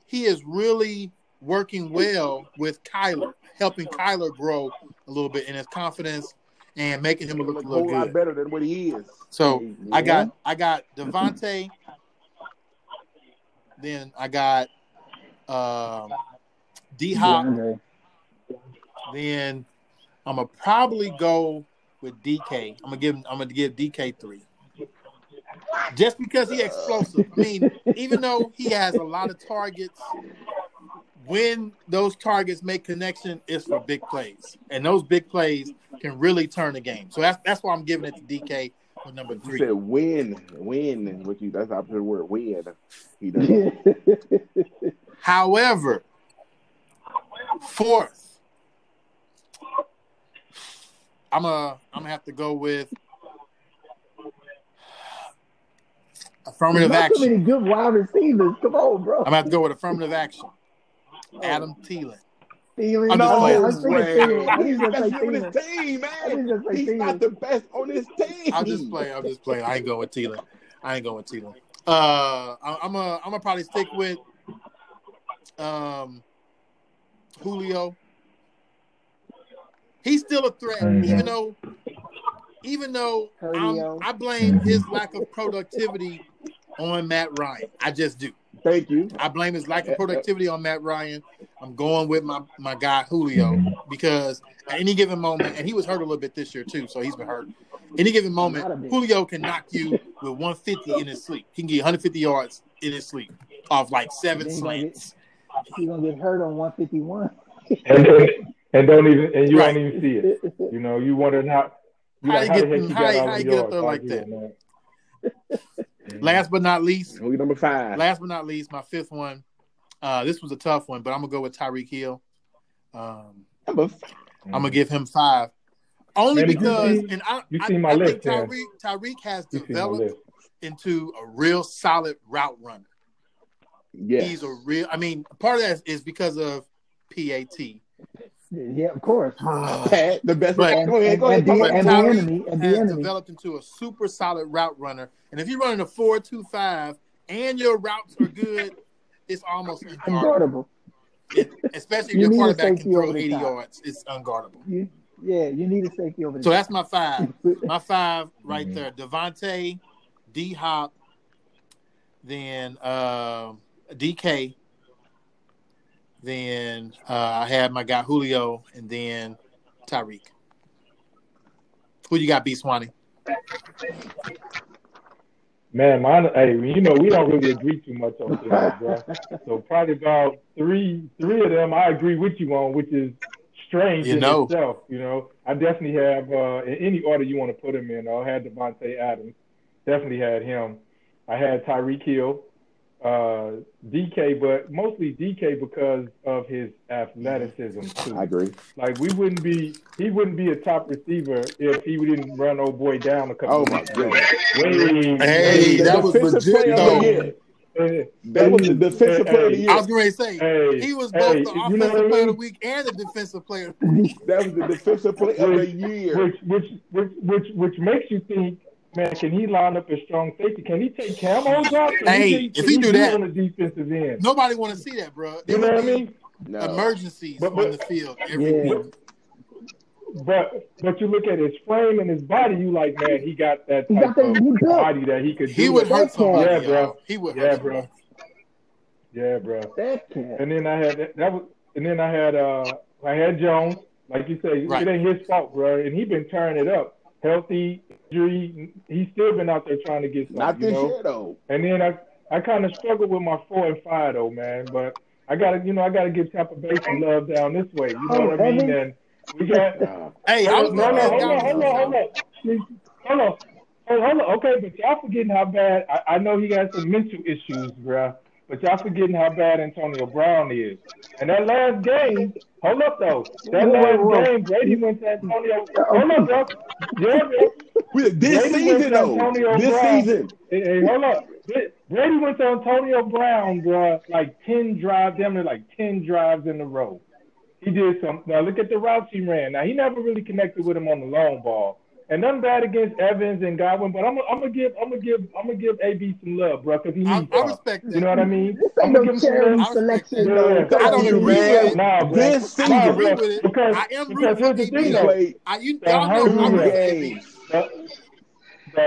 S2: he is really working well with Kyler, helping Kyler grow a little bit in his confidence and making him look
S1: Look a
S2: a little
S1: whole
S2: good.
S1: lot better than what he is.
S2: So I
S1: Oh, Yeah.
S2: got I got Devontae. then I got um D Hop.
S3: DeAndre.
S2: Then I'm gonna probably go with DK. I'm gonna give him, I'm gonna give DK three. Just because he explosive. I mean, even though he has a lot of targets, when those targets make connection, it's for big plays, and those big plays can really turn the game. So that's that's why I'm giving it to DK for number
S1: You
S2: three.
S1: said win, win. What you? That's the opposite word. Win. He does.
S2: However, fourth, I'm a I'm gonna have to go with affirmative
S3: Not so
S2: action.
S3: many good wide receivers. Come on, bro.
S2: I'm gonna have to go with affirmative action. Adam Thielen.
S3: Thielen.
S2: I'm just
S3: no,
S2: playing.
S3: I was thinking Thielen. I was
S1: He's the
S3: gonna
S1: best
S3: say
S1: player on
S3: Thielen.
S1: his team,
S3: I was
S1: man.
S3: gonna say
S1: He's not
S3: Thielen.
S1: the best on his team.
S2: I'll just play. I'll just play. I ain't go with Thielen. I ain't go with Thielen. Uh, I, I'm a I'm gonna probably stick with um Julio. He's still a threat,
S4: Mhm.
S2: even though even though
S3: Julio.
S2: I'm, I blame his lack of productivity on Matt Ryan. I just do.
S1: Thank you.
S2: I blame his lack of productivity on Matt Ryan. I'm going with my my guy Julio
S4: Mm-hmm.
S2: because at any given moment, and he was hurt a little bit this year too, so he's been hurt. Any given
S3: Not a bit.
S2: moment, Julio can knock you with 150 in his sleep. He can get 150 yards in his sleep off like seven
S3: Then he gonna get-
S2: slants.
S3: He's gonna get hurt on 151.
S4: And, don't- and don't even and you
S2: Right.
S4: don't even see it. You know, you wondering how you
S2: How
S4: like,
S2: you
S4: how the
S2: get-
S4: heck you
S2: how
S4: got
S2: you-
S4: all
S2: how
S4: them
S2: you get up
S4: yards
S2: there
S4: out
S2: like
S4: here,
S2: that?
S4: man.
S2: Last but not least,
S1: We number five.
S2: last but not least, my fifth one. Uh, this was a tough one, but I'm gonna go with Tyreek Hill. Um,
S1: Number five.
S4: Mm-hmm.
S2: I'm gonna give him five, only
S4: Man, did you
S2: because,
S4: see-
S2: and I,
S4: you
S2: I,
S4: see my
S2: I
S4: list,
S2: think
S4: yeah.
S2: Tyreek Tyreek has
S4: You see my list.
S2: developed into a real solid route runner.
S1: Yes.
S2: He's a real. I mean, part of that is because of PAT.
S3: yeah, of course.
S1: Pat, the best.
S2: But-
S1: go ahead. Go
S3: and-
S1: ahead. Go
S3: and-
S1: ahead.
S2: But
S3: the enemy,
S2: Tyreek
S3: and the
S2: has
S3: enemy.
S2: developed into a super solid route runner. And if you're running a four-two-five and your routes are good, it's almost
S3: Unguardable.
S2: unguardable. It- especially if
S3: You
S2: your
S3: need a
S2: quarterback
S3: safety
S2: can throw
S3: over the
S2: 80
S3: top.
S2: yards. It's unguardable.
S3: You, yeah, you need a safety over
S2: So
S3: there.
S2: that's my five. My five right
S4: Mhm.
S2: there. Devontae, D Hop, then um DK. Then uh, I had my guy Julio and then Tyreek. Who you got, B Swanee?
S4: Man, mine, hey, you know, we don't really agree too much on things, bro. So probably about three, three of them I agree with you on, which is strange
S2: You
S4: in
S2: know.
S4: itself. You know, I definitely have uh, in any order you want to put them in. I had Devontae Adams, definitely had him. I had Tyreek Hill, uh, DK, but mostly DK because of his athleticism too.
S1: I agree.
S4: Like we wouldn't be, he wouldn't be a top receiver if he didn't run old boy down a couple.
S1: Oh
S4: of
S1: my
S4: weeks ago.
S1: goodness.
S4: Way,
S2: Hey,
S4: way
S1: The
S2: that was
S1: defensive
S2: legit,
S1: player of
S2: though.
S1: the year.
S4: Hey,
S1: That was the defensive
S4: hey,
S1: player of the
S2: I
S1: year.
S2: was going to say
S4: Hey,
S2: he was both
S4: hey,
S2: the
S4: you know
S2: offensive
S4: what I
S2: player of the
S4: mean?
S2: week and the defensive player.
S1: That was the defensive player of the year.
S4: Which, which, which, which, which makes you think, man, can he line up a strong safety? Can he take Camo's out? Can
S2: Hey,
S4: he,
S2: if
S4: can
S2: he do
S4: do
S2: that-
S4: on the defensive end,
S2: Nobody want to see that, bro.
S4: you
S2: There
S4: know
S2: would
S4: what I
S2: be
S4: mean?
S1: No.
S2: emergencies
S4: But- but-
S2: on the field every
S3: Yeah.
S2: week.
S4: But, but you look at his frame and his body, you like, man, he got that
S3: He got
S4: type
S3: that.
S4: of
S3: He built
S4: body that he could
S2: He
S4: do.
S2: would
S4: it.
S2: hurt somebody,
S4: Yeah, bro.
S2: y'all. He would
S4: Yeah,
S2: hurt
S4: bro.
S2: somebody.
S4: Yeah, bro.
S3: that cat.
S4: And then I had that, that was, and then I had uh I had Jones, like you say,
S2: Right.
S4: it ain't his fault, bro. And he been tearing it up, healthy injury. He's still been out there trying to get something.
S1: Not
S4: you
S1: this
S4: know?
S1: year though.
S4: And then I I kind of struggled with my four and five though, man. But I gotta you know I gotta give Tampa Bay some love down this way. You know
S3: Oh,
S4: what I mean?
S3: Evan?
S4: And we got
S1: Nah.
S2: Hey, I was
S4: no,
S2: gonna
S4: no,
S2: let
S4: hold on,
S2: Dominic
S4: hold on,
S2: go.
S4: hold on. Hold on. Hey, hold on. Okay, but y'all forgetting how bad I, I know he got some mental issues, bruh. But y'all forgetting how bad Antonio Brown is. And that last game, hold up though. That
S3: Whoa,
S4: last
S3: whoa, whoa.
S4: game, Brady went to Antonio. Hold up, bro. Yeah, bro.
S1: We, this
S4: Brady went
S1: season
S4: to
S1: though.
S4: Antonio
S1: this
S4: Brown.
S1: season.
S4: Hey, hey, hold up. Bra- Brady went to Antonio Brown, bruh, like 10 drives, damn near like 10 drives in a row. He did some. Now, look at the routes he ran. Now, he never really connected with him on the long ball. And nothing bad against Evans and Godwin, but I'm gonna give I'm gonna give I'm gonna give AB some love, bruh, 'cause he
S2: I,
S4: needs
S2: I
S4: some.
S2: respect that.
S4: You know what I mean?
S3: This
S4: I'm
S3: ain't
S4: gonna
S3: no
S4: give some love.
S3: charity
S2: I respect
S3: selection,
S4: that.
S3: though.
S4: Yeah.
S3: Come
S2: I don't
S3: on,
S1: You,
S2: agree
S3: man.
S2: with
S1: man.
S2: it.
S4: Nah, bro.
S1: This
S2: I don't
S1: season.
S2: agree
S4: bro.
S2: with it.
S4: Because
S2: I am
S4: because
S2: rooting for
S4: here's the
S2: AB
S4: thing
S1: We
S2: though.
S4: though,
S1: played
S2: I you
S4: the
S2: y'all know I
S1: two
S2: root
S4: hungrier,
S2: for AB.
S1: games.
S4: the the
S1: I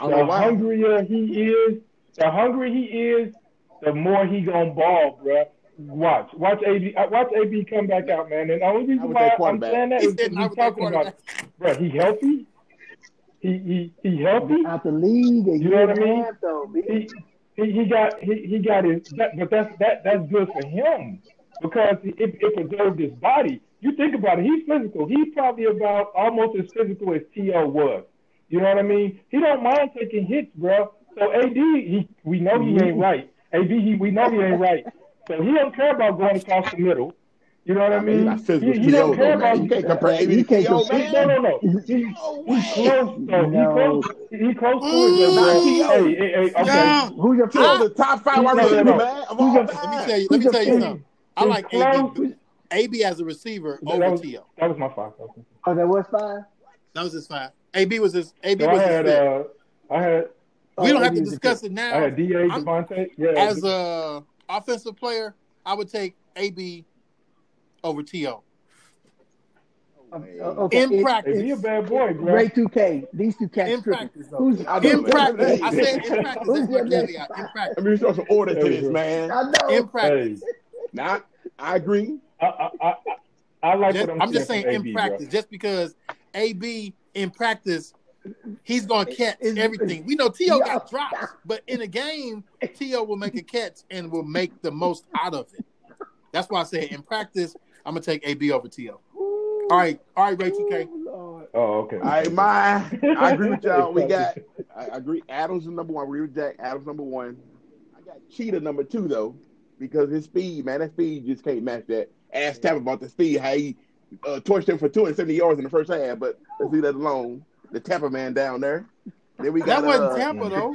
S1: don't know
S4: the
S1: why.
S4: hungrier he is, the hungrier he is, the more he gonna ball, bruh. Watch, watch AB, uh, watch AB come back out, man. And the only
S1: I
S4: reason
S1: would say
S4: why I'm
S1: quarterback.
S4: saying that
S2: He
S4: is
S2: said
S4: because
S2: I
S4: we
S2: was their
S4: talking about,
S2: quarterback.
S4: bruh, he healthy, he he he healthy,
S3: Out the league a year
S4: You know what
S3: and
S4: I
S3: a
S4: mean?
S3: half, though. man.
S4: he he he got he, he got his that, but that's that that's good for him because it, it preserved his body. You think about it, he's physical. He's probably about almost as physical as T.O. was. You know what I mean? He don't mind taking hits, bro. So AD, he we know he
S1: Mm-hmm.
S4: ain't right. AD, he we know he ain't right. So he don't care about going across the middle. You know what I
S1: I mean, he's
S4: mean?
S1: not physical
S4: He,
S1: as
S4: he don't
S1: T.O.
S4: care
S1: though, man.
S4: about Oh,
S1: You can't compare AB
S3: You
S1: to
S3: can't
S1: T.O.
S3: compare-
S4: no
S1: man.
S4: no no. He
S1: No
S4: he
S1: way.
S4: close though. He close.
S3: No.
S4: He close to it though,
S1: Not
S4: bro.
S2: Ooh,
S4: Hey
S1: T.O.
S4: hey, hey okay.
S2: yeah.
S3: Who's your
S1: T.O.
S2: I
S1: the top five
S4: He,
S1: wide
S4: no, no,
S1: receiver,
S4: no.
S1: man, of
S4: He's
S1: all
S4: a
S2: let me
S1: time.
S2: tell you. Let
S3: who's
S2: me
S3: your
S2: tell you
S4: he's
S2: something.
S3: favorite?
S2: I
S4: he's
S2: like AB.
S4: close. That,
S2: AB as a receiver
S4: that
S2: over
S4: was
S2: T.O.
S4: that was my five. Okay.
S3: Oh, that was five.
S2: That was his five. AB was his. AB
S4: So I
S2: was his
S4: had
S2: fifth.
S4: uh I had
S2: We
S3: Oh,
S2: don't have
S3: AB
S2: to
S3: was the fifth.
S2: discuss it
S4: I
S2: now.
S4: had D A
S2: I'm
S4: Devontae. Yeah,
S2: Um, as a offensive player, I would take AB over T.O.
S1: No
S3: Um,
S1: way.
S3: uh, okay,
S2: in
S3: it,
S4: hey, be a
S2: practice.
S4: bad boy, bro.
S3: Ray 2K. These two cats
S2: In
S3: tripping.
S2: practice, though.
S3: Who's
S1: I know,
S2: In
S3: who's your
S1: man.
S2: practice. I
S1: Hey,
S3: favorite?
S2: said in practice.
S3: Who's
S2: That's my
S3: your
S4: hey,
S3: next
S2: caveat. In
S3: five?
S1: let
S2: practice.
S1: me show some order to this,
S4: bro.
S1: man.
S3: I
S2: In
S3: know.
S2: practice.
S1: Now, I agree.
S4: I, I I I like
S2: Just
S4: what I'm
S2: I'm
S4: seeing
S2: just
S4: from
S2: saying
S4: A
S2: in
S4: B, bro.
S2: practice. Just because AB in practice, he's gonna
S3: It,
S2: catch
S3: it, it,
S2: everything. We know T.O.
S3: yo,
S2: got drops, but in a game, T.O. will make a catch and will make the most out of it. That's why I said in practice, I'm gonna take AB over T.O. All
S1: Ooh,
S2: right, all right, Ray 2K.
S1: ooh, Lord.
S4: Oh, okay.
S1: All right,
S4: okay,
S1: my.
S4: okay.
S1: I agree with y'all. We got.
S4: Exactly.
S1: I I agree. Adams is number one. I agree with Jack. Adams number one. I got Cheetah number two though, because his speed, man, that speed just can't match that. Ask Tap about the speed, how he uh, torched him for 270 yards in the first half, but let's leave that alone. The Tapper man down there. Then we
S2: That
S1: got
S2: wasn't
S1: uh,
S2: Tampa
S4: Mm.
S2: though.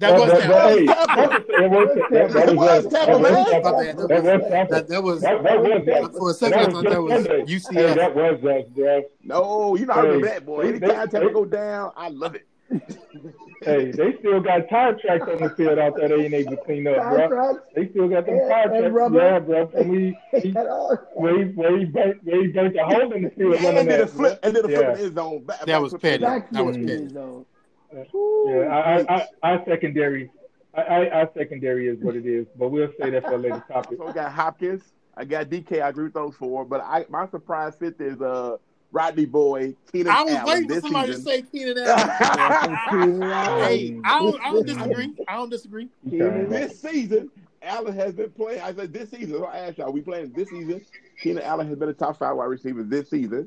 S2: That
S4: That,
S2: was
S4: that,
S1: that
S4: that,
S2: Tampa.
S1: was
S4: hey,
S1: Tapper.
S3: What's that?
S1: That
S4: that, that was that, that
S1: was Tapper, man.
S2: My bad. That
S4: is that, that was Tampa. That
S2: was
S4: was Tampa.
S2: that. That
S3: That was
S2: was
S4: That, that was us.
S3: Tampa.
S2: for a
S4: And
S2: second.
S4: that
S2: I thought
S4: was just
S2: that was
S4: Sunday. Hey,
S2: UCF.
S4: that was us, bro.
S1: No, you know I remember
S4: Hey,
S1: that boy.
S4: they, they,
S1: Anytime Tapper
S4: they,
S1: go down, I love it.
S4: hey, they still got tire tracks on the field out there. They ain't able to clean up, bro.
S3: Contracts
S4: They still got them
S3: and,
S4: tire
S3: and
S4: tracks,
S3: rubber.
S4: yeah, bro. And we, we,
S3: and all that.
S4: where he, where he burnt, where he burnt a hole in the field running
S1: and did a
S4: that, bro.
S1: flip and did a flip in
S4: Yeah,
S1: the end zone. Back,
S2: That
S1: back
S2: was
S1: flip in the end zone.
S2: petty. That was
S3: Backflip
S4: mm,
S2: petty.
S3: is though.
S4: yeah.
S1: Woo,
S4: I, I, I,
S1: yikes.
S4: I secondary, I, I, I secondary is what it is. But we'll say that for a later topic.
S1: So I got Hopkins. I got DK. I agree with those four. But I my surprise fifth is uh Rodney Boy, Keenan
S2: I was
S1: Allen
S2: waiting for
S1: this
S2: somebody to
S1: season.
S2: say Keenan Allen.
S3: That's
S1: this
S3: Keenan Allen.
S2: hey,
S4: Um,
S2: I don't I don't
S4: mm,
S2: disagree. I don't disagree.
S4: you
S3: Keenan
S4: kind of
S1: season, Allen has been playing. I said this season. So I asked y'all, we playing this season. Keenan Allen has been a top five wide receiver this season.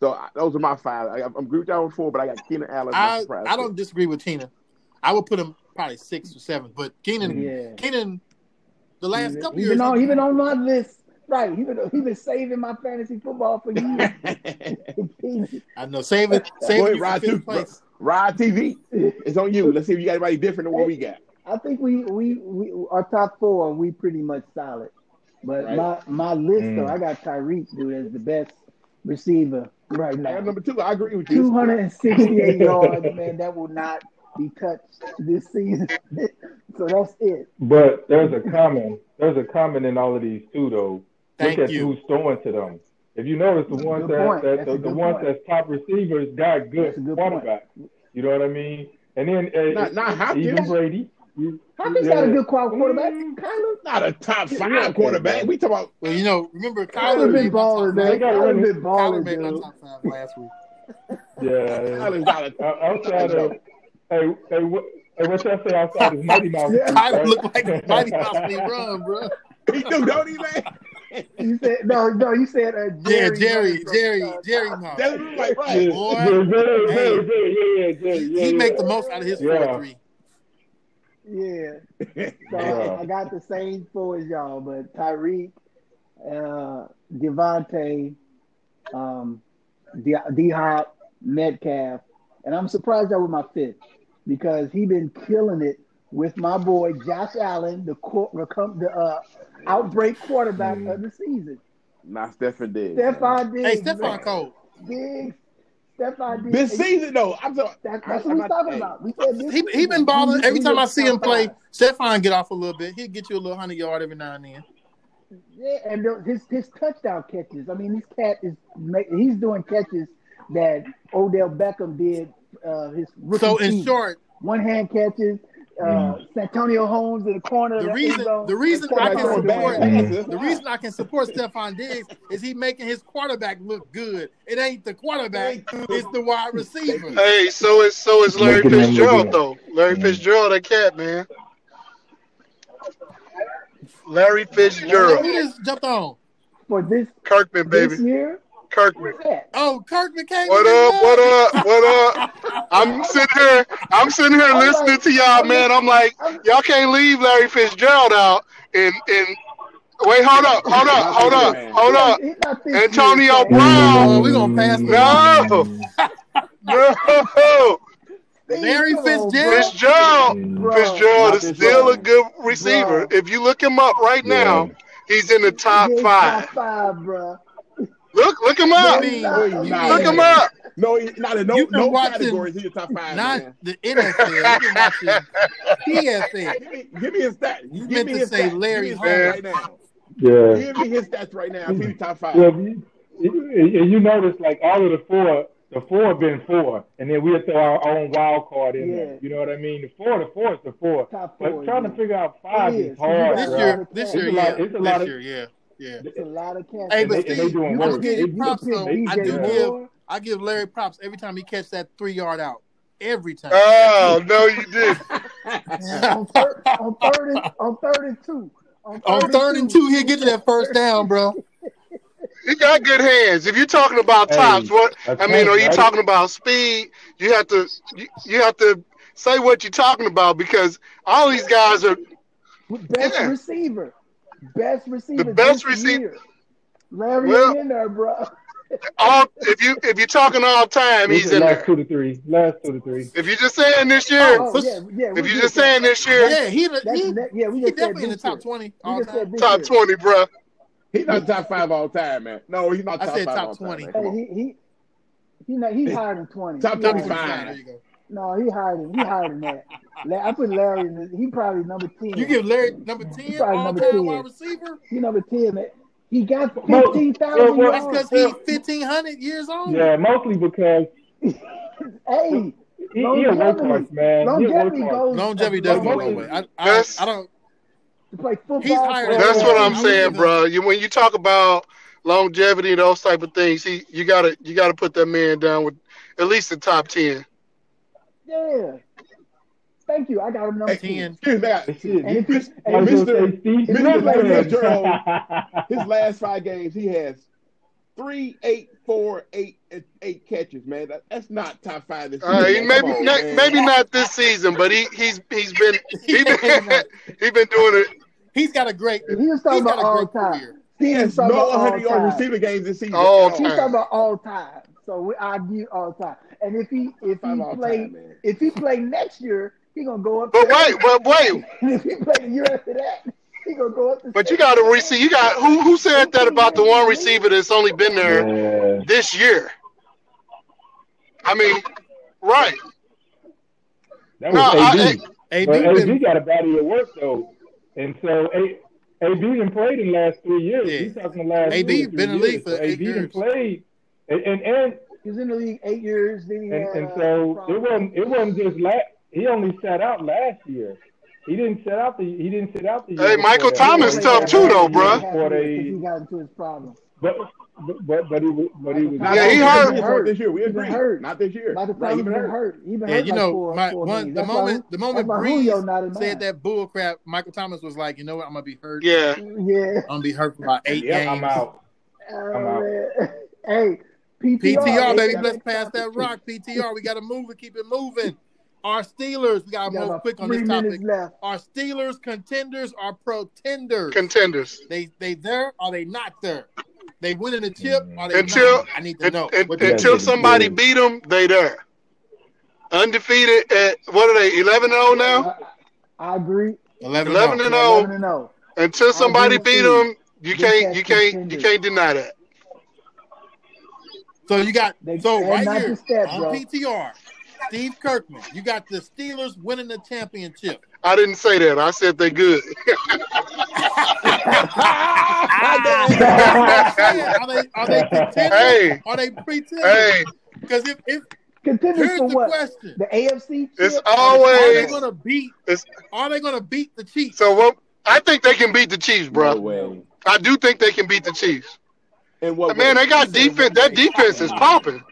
S1: So I, those are my five. I, I'm agree with y'all with four, but I got Keenan Allen as my
S2: I
S1: surprise
S2: I
S1: pick.
S2: don't disagree with Keenan. I would put him probably six or seven. But Keenan
S4: mm,
S3: Yeah.
S2: Keenan the
S3: He
S2: last
S3: been,
S2: couple
S3: he been
S2: years he's
S3: on he been
S2: been
S3: on my list. Right. He been he been saving my fantasy football for years. Keenan.
S2: I know saving
S1: Go
S2: saving
S1: ahead, Rod. Two,
S2: you for fifth place.
S1: Rod TV. It's on you. Let's see if you got anybody different than what we got.
S3: I think we, we we our top four we pretty much solid. But
S1: Right.
S3: my my list though,
S4: mm.
S3: I got Tyreek dude as the best receiver right
S1: I got
S3: now.
S1: number two. I agree with you.
S3: 268 yards, man. That will not be touched this season. so that's it.
S4: But there's a common, there's a common in all of these too, though. Look
S2: Thank
S4: at
S2: you.
S4: who's throwing to them. If you notice, the ones
S3: Good
S4: that,
S3: point.
S4: that
S3: That's a
S4: the, the
S3: good
S4: ones
S3: point.
S4: that's top receivers got good
S3: That's a good point.
S4: quarterbacks. You know what I mean? And then uh,
S1: Not not
S4: even
S1: Hopkins.
S4: Brady. You,
S3: Hopkins got a
S4: Yeah.
S3: good qual- quarterback.
S4: Mm.
S3: Kyler's
S1: Not a top
S4: Yeah,
S1: five
S4: yeah.
S1: quarterback. We talk about
S2: Well, you know, remember
S3: Kyler been
S2: Kyler made my top
S3: balling,
S2: five.
S3: man.
S4: They got
S3: Kyler
S4: running-
S3: been
S2: Kyler
S3: balling,
S2: made my
S3: dude.
S2: top five last week.
S4: yeah.
S1: Kyler's not a
S4: O- Uh, Outside of hey, hey, what, hey, what y'all say outside is Mighty Mouse.
S3: Yeah.
S2: Kyler looked like Mighty Mouse when he run, bro.
S1: he do, don't he, man?
S3: You said no, no. You said uh,
S2: Yeah,
S3: Jerry. Murray
S2: Jerry,
S3: from,
S2: Jerry,
S3: uh,
S2: Jerry Mouse.
S1: That look like
S4: Yeah,
S1: right.
S2: boy.
S4: yeah, Jerry,
S2: Hey.
S4: Jerry, Jerry, yeah, yeah, Jerry,
S2: He,
S4: yeah,
S2: he
S4: yeah.
S2: make the most out of his
S4: Yeah.
S2: four three.
S3: Yeah. So
S4: Yeah.
S3: I, I got the same four as y'all, but Tyreek, uh, Devontae, um, D Hop, Metcalf, and I'm surprised that was my fifth because he been killing it with my boy Josh Allen, the cor- recum- the uh, outbreak quarterback
S4: Mm.
S3: of the season.
S1: Not Stephen did.
S3: Stephon Diggs.
S2: Hey, Stephon
S3: man.
S2: Cole.
S3: Diggs. Stephon Diggs.
S1: This season though, I'm talking.
S3: That-
S1: I-
S3: that's what
S1: I'm
S3: we're
S1: not-
S3: talking
S1: hey.
S3: about. We said this
S2: He he
S3: season,
S2: been balling.
S3: he-
S2: Every
S3: he
S2: time I
S3: was
S2: see him
S3: top
S2: play,
S3: five.
S2: Stephon get off a little bit. He'll get you a little hundred yard every now and then.
S3: Yeah, and the- his his touchdown catches. I mean, this cat is ma- he's doing catches that Odell Beckham did uh, his rookie
S2: So in
S3: season.
S2: short,
S3: one hand catches. Uh,
S4: Mm-hmm.
S3: Santonio Holmes in the corner. of
S2: The
S3: that
S2: reason-
S3: end zone.
S2: the reason
S3: That's
S2: I
S1: Somebody
S2: can
S1: throw
S3: Stephon
S1: a bad
S2: support-
S3: Diggs.
S1: pass. That's
S2: The
S1: why.
S2: reason I can support Stephon Diggs is he making his quarterback look good. It ain't the quarterback, it's the wide receiver.
S5: Hey, so is so is Larry
S4: Making them look
S5: Fitzgerald
S4: good.
S5: though. Larry
S4: Mm.
S5: Fitzgerald, that cat man.
S2: Larry,
S5: Larry
S2: who
S5: Fitzgerald,
S2: this jumped on?
S3: for this
S5: Kirkman
S3: this
S5: baby,
S3: year.
S5: Kirkman.
S3: Yeah.
S2: Oh, Kirkman came.
S5: What
S2: in
S5: up? What up? What up? I'm sitting here. I'm sitting here
S3: I'm like-
S5: listening to y'all,
S3: I'm
S5: man. I'm like,
S3: I'm-
S5: y'all can't leave Larry Fitzgerald out. And and wait, hold up, hold up, hold up, hold up.
S3: he's not this
S5: Antonio
S3: year, Chad.
S5: Brown.
S2: Oh, we gonna pass the
S5: No. No,
S2: Larry
S3: Come on,
S2: Fitzgerald?
S3: bro.
S5: Fitzgerald.
S3: Bro.
S5: Fitzgerald
S1: Not
S5: is
S1: Fitzgerald.
S5: still a good receiver.
S3: Bro.
S5: If you look him up right now, he's in the top
S3: He's
S5: five.
S3: Top five, bro.
S5: Look, look him
S2: You
S5: up.
S2: mean
S1: No, he's
S2: you
S1: not,
S5: Look
S2: mean
S5: him up.
S1: No, he, not in no,
S2: You've been
S1: no
S2: watching-
S1: categories. He's a top five.
S2: not
S1: man.
S2: the NFL? You watching PFL?
S1: Give me, give me his stat.
S2: You
S1: give
S2: meant
S1: me
S2: to
S1: his
S2: say
S1: stats.
S2: Larry
S1: give me his stats
S5: Hall.
S1: right now.
S4: Yeah.
S1: Give me his stats right now. He's top five.
S4: Well, you, you, you notice like all of the four, the four have been four, and then we'll throw our own wild card in
S3: Yeah.
S4: there. You know what I mean? The four, the four is the four.
S3: Top four.
S4: But trying to
S3: yeah.
S4: figure out five
S3: It
S4: is,
S3: is.
S4: hard,
S2: This
S3: Yeah.
S4: bro.
S2: year, this year,
S4: It's a lot-
S2: yeah,
S4: it's a lot
S2: this
S4: of-
S2: year, yeah, yeah.
S3: It's a lot of catches.
S2: Hey,
S4: And
S2: but
S4: they- and they
S2: Steve,
S4: doing
S2: I
S4: work.
S2: will give you
S4: They-
S2: props though.
S3: They-
S2: I
S3: they
S2: do
S4: Yeah.
S2: give
S3: Moore.
S2: I give Larry props every time he catch that three yard out. Every time.
S5: Oh no, you did.
S3: on, third, on third and on third and two. On third,
S2: On third and two, he'll get you that first down, bro.
S5: He got good hands. If you're talking about
S4: Hey,
S5: tops, what
S4: a
S5: I mean,
S4: tank,
S5: are you
S4: right?
S5: talking about speed? You have to you, you have to say what you're talking about because all these guys are
S3: Best
S5: Yeah.
S3: receiver. Best receiver.
S5: best
S3: this
S5: receiver-
S3: Year. Larry
S5: Well-
S3: ain't in there, bro.
S5: all. If you if you're talking all time,
S4: These
S5: he's
S4: are
S5: in
S4: last
S5: there.
S4: two to three. Last two to three.
S5: If you're just saying this year,
S2: Oh,
S3: Oh
S2: for-
S3: yeah, yeah. we
S5: if you're
S3: did
S5: just
S3: that.
S5: saying this year,
S2: yeah, he
S3: That's
S2: he,
S3: ne- yeah, we
S2: he
S3: just said
S2: definitely in the
S3: this
S2: top
S3: year.
S2: twenty
S3: We
S2: all
S3: just said
S2: time.
S3: this
S5: top
S3: year.
S5: twenty, bruh.
S1: he's not top five all time, man. No, he's not
S2: I
S1: top
S2: said
S1: five
S2: top
S1: all
S2: 20.
S1: time, man. Come
S3: Hey,
S1: on.
S3: he he he not, he higher than twenty.
S1: Top
S3: He
S2: Top
S3: higher than
S2: twenty five. There
S1: five.
S3: twenty.
S2: you go.
S3: No, he higher than he higher than that. La- I put Larry in. The, he probably number ten.
S2: You give Larry number
S3: He
S2: ten
S3: probably
S2: all
S3: number
S2: time
S3: 10.
S2: wide receiver.
S3: he number ten. Man. He got
S4: Mo-
S3: fifteen
S4: well,
S3: thousand
S4: well,
S2: That's because
S3: yards.
S2: he's fifteen hundred years old.
S4: Yeah, mostly because
S3: Hey,
S4: he, he a workhorse,
S3: Longevity.
S4: man. He a
S3: longevity
S4: workhorse.
S3: goes.
S2: Longevity does
S4: Well,
S2: go a
S4: most
S2: long
S4: of-
S2: way. I I,
S5: That's-
S2: I don't.
S3: to play football.
S2: He's higher than
S3: for-
S5: That's what
S2: Oh, I
S5: I'm
S2: would give
S5: saying,
S2: him-
S5: bruh. You when you talk about longevity and those type of things, he you gotta you gotta put that man down with at least the top ten.
S3: Yeah. Thank you. I got him number ten.
S1: Excuse
S2: Ten.
S1: me. I-
S4: But shit,
S3: And if
S1: Mis-
S3: you
S4: I
S3: and
S4: was
S3: if,
S1: Mis-
S4: gonna
S1: Mr.
S4: say Steve
S1: Mr.
S4: Smith,
S1: Larry
S4: man.
S1: Fitzgerald. His last five games, he has three, eight, four, eight, and eight catches, man. That, that's not top five this season.
S5: Uh, he
S1: man.
S2: Oh,
S5: maybe
S1: Come on,
S5: not,
S1: man.
S5: maybe not this season, but he he's he's been he been,
S2: Yeah, no.
S5: he been doing it.
S2: He's got a great.
S3: he was talking
S2: He's got
S3: about
S2: a
S3: all
S2: great
S3: time.
S2: career.
S1: He
S3: He
S1: has
S3: was
S1: no
S3: talking about
S1: 100
S3: all
S1: yard
S3: time.
S1: receiving games this season.
S5: All
S1: at
S3: He's
S5: time.
S3: talking about all time. So we argue all time. And if he if
S1: Five
S3: he
S1: all
S3: play
S1: time, man.
S3: if he play next year, he gonna go up.
S5: But
S3: to
S5: wait,
S3: eight.
S5: but wait.
S3: And if he play the year after that, he gonna go up to.
S5: But you
S3: seven.
S5: got to receive. You got who who said that about the one receiver that's only been there
S4: Yeah.
S5: this year? I mean, right?
S4: That
S5: No,
S4: was
S5: I,
S4: AB.
S2: AB
S4: but AB
S2: been
S4: got a body of work though, and so A- AB done played in the last three years.
S2: Yeah.
S4: He's talking the last
S2: AB
S4: two or
S2: been in the
S4: three years.
S2: league
S4: So
S2: for eight
S4: AB done
S2: years.
S4: played, and and and,
S3: He was in the league eight years. Then he
S4: and,
S3: had.
S4: and
S3: uh,
S4: so it
S3: problems.
S4: wasn't it wasn't just last. He only sat out last year, He didn't sit out the. He didn't sit out the.
S5: Hey,
S4: year
S5: Michael
S4: before that.
S5: Thomas
S4: He
S5: tough
S4: sat
S5: too,
S4: out
S5: though,
S4: the year
S5: bruh.
S4: before
S3: He
S4: they-
S3: got into his problem.
S4: But but but he was but he was.
S3: Not
S5: Yeah, he
S1: this
S5: hurt.
S1: year, it's Not this year. We
S3: He been
S1: agree.
S3: hurt.
S1: Not this year.
S3: By the
S1: Right,
S3: time
S1: he
S3: he
S1: been
S3: been
S1: hurt.
S3: hurt, he been
S2: Yeah,
S3: hurt
S2: you
S3: like
S2: know,
S3: four,
S2: my,
S3: four
S2: one,
S3: games.
S2: the
S3: That's
S2: moment
S3: why,
S2: the moment
S3: that's why Julio
S2: Breeze
S3: not in
S2: said
S3: mind.
S2: that bull crap, Michael Thomas was like, you know what, I'm gonna be hurt.
S5: Yeah.
S3: Yeah.
S2: I'm gonna be hurt for about eight
S4: Yep, I'm
S2: games.
S4: out.
S3: Oh,
S4: I'm out.
S3: man. hey, PTR,
S2: PTR,
S3: they
S2: baby,
S3: got
S2: let's
S3: that
S2: pass that
S3: topic.
S2: rock. PTR, we gotta move it, keep it moving. Our Steelers, we gotta
S3: We got
S2: move
S3: about
S2: quick on
S3: three
S2: this topic.
S3: minutes left.
S2: Are Steelers contenders or pretenders?
S5: Contenders.
S2: They they there? Are they not there? They winning the chip?
S3: Mm.
S2: Are they
S5: Until-
S2: not? I need to
S5: And,
S2: know.
S5: and,
S2: What you
S4: Yeah,
S5: until
S2: think?
S4: it's
S5: somebody
S4: good.
S5: beat them, they there. Undefeated at what are they? Eleven zero now.
S3: I, I agree.
S2: Eleven.
S5: Eleven
S2: and
S5: and
S3: They're
S5: zero.
S3: 11 and 0.
S5: Until somebody
S3: agree
S5: beat
S3: with you.
S5: them, you
S3: Big
S5: can't
S3: ass
S5: you can't you
S3: contenders.
S5: can't deny that.
S2: 0. So you got
S3: They,
S2: so
S3: and
S2: right
S3: not
S2: here
S3: just that,
S2: on
S3: bro.
S2: PTR, Steve Kirkman. You got the Steelers winning the championship.
S5: I didn't say that. I said they good.
S2: That's what I'm saying. Are they are they contenders?
S5: hey,
S2: Are they pretenders?
S5: hey,
S2: Because if, if
S3: Contenders
S2: here's
S3: for
S2: the
S3: what?
S2: question.
S3: The AFC?
S5: it's
S3: chip?
S2: Are they
S5: always
S2: gonna beat
S5: it's
S2: are they gonna beat the Chiefs?
S5: so what I think they can beat the Chiefs,
S1: No
S5: bro.
S1: way.
S5: I do think they can beat the Chiefs.
S1: In what way?
S5: Man, they
S1: You
S5: got
S1: said in what
S5: defense. That
S1: way?
S5: defense is popping.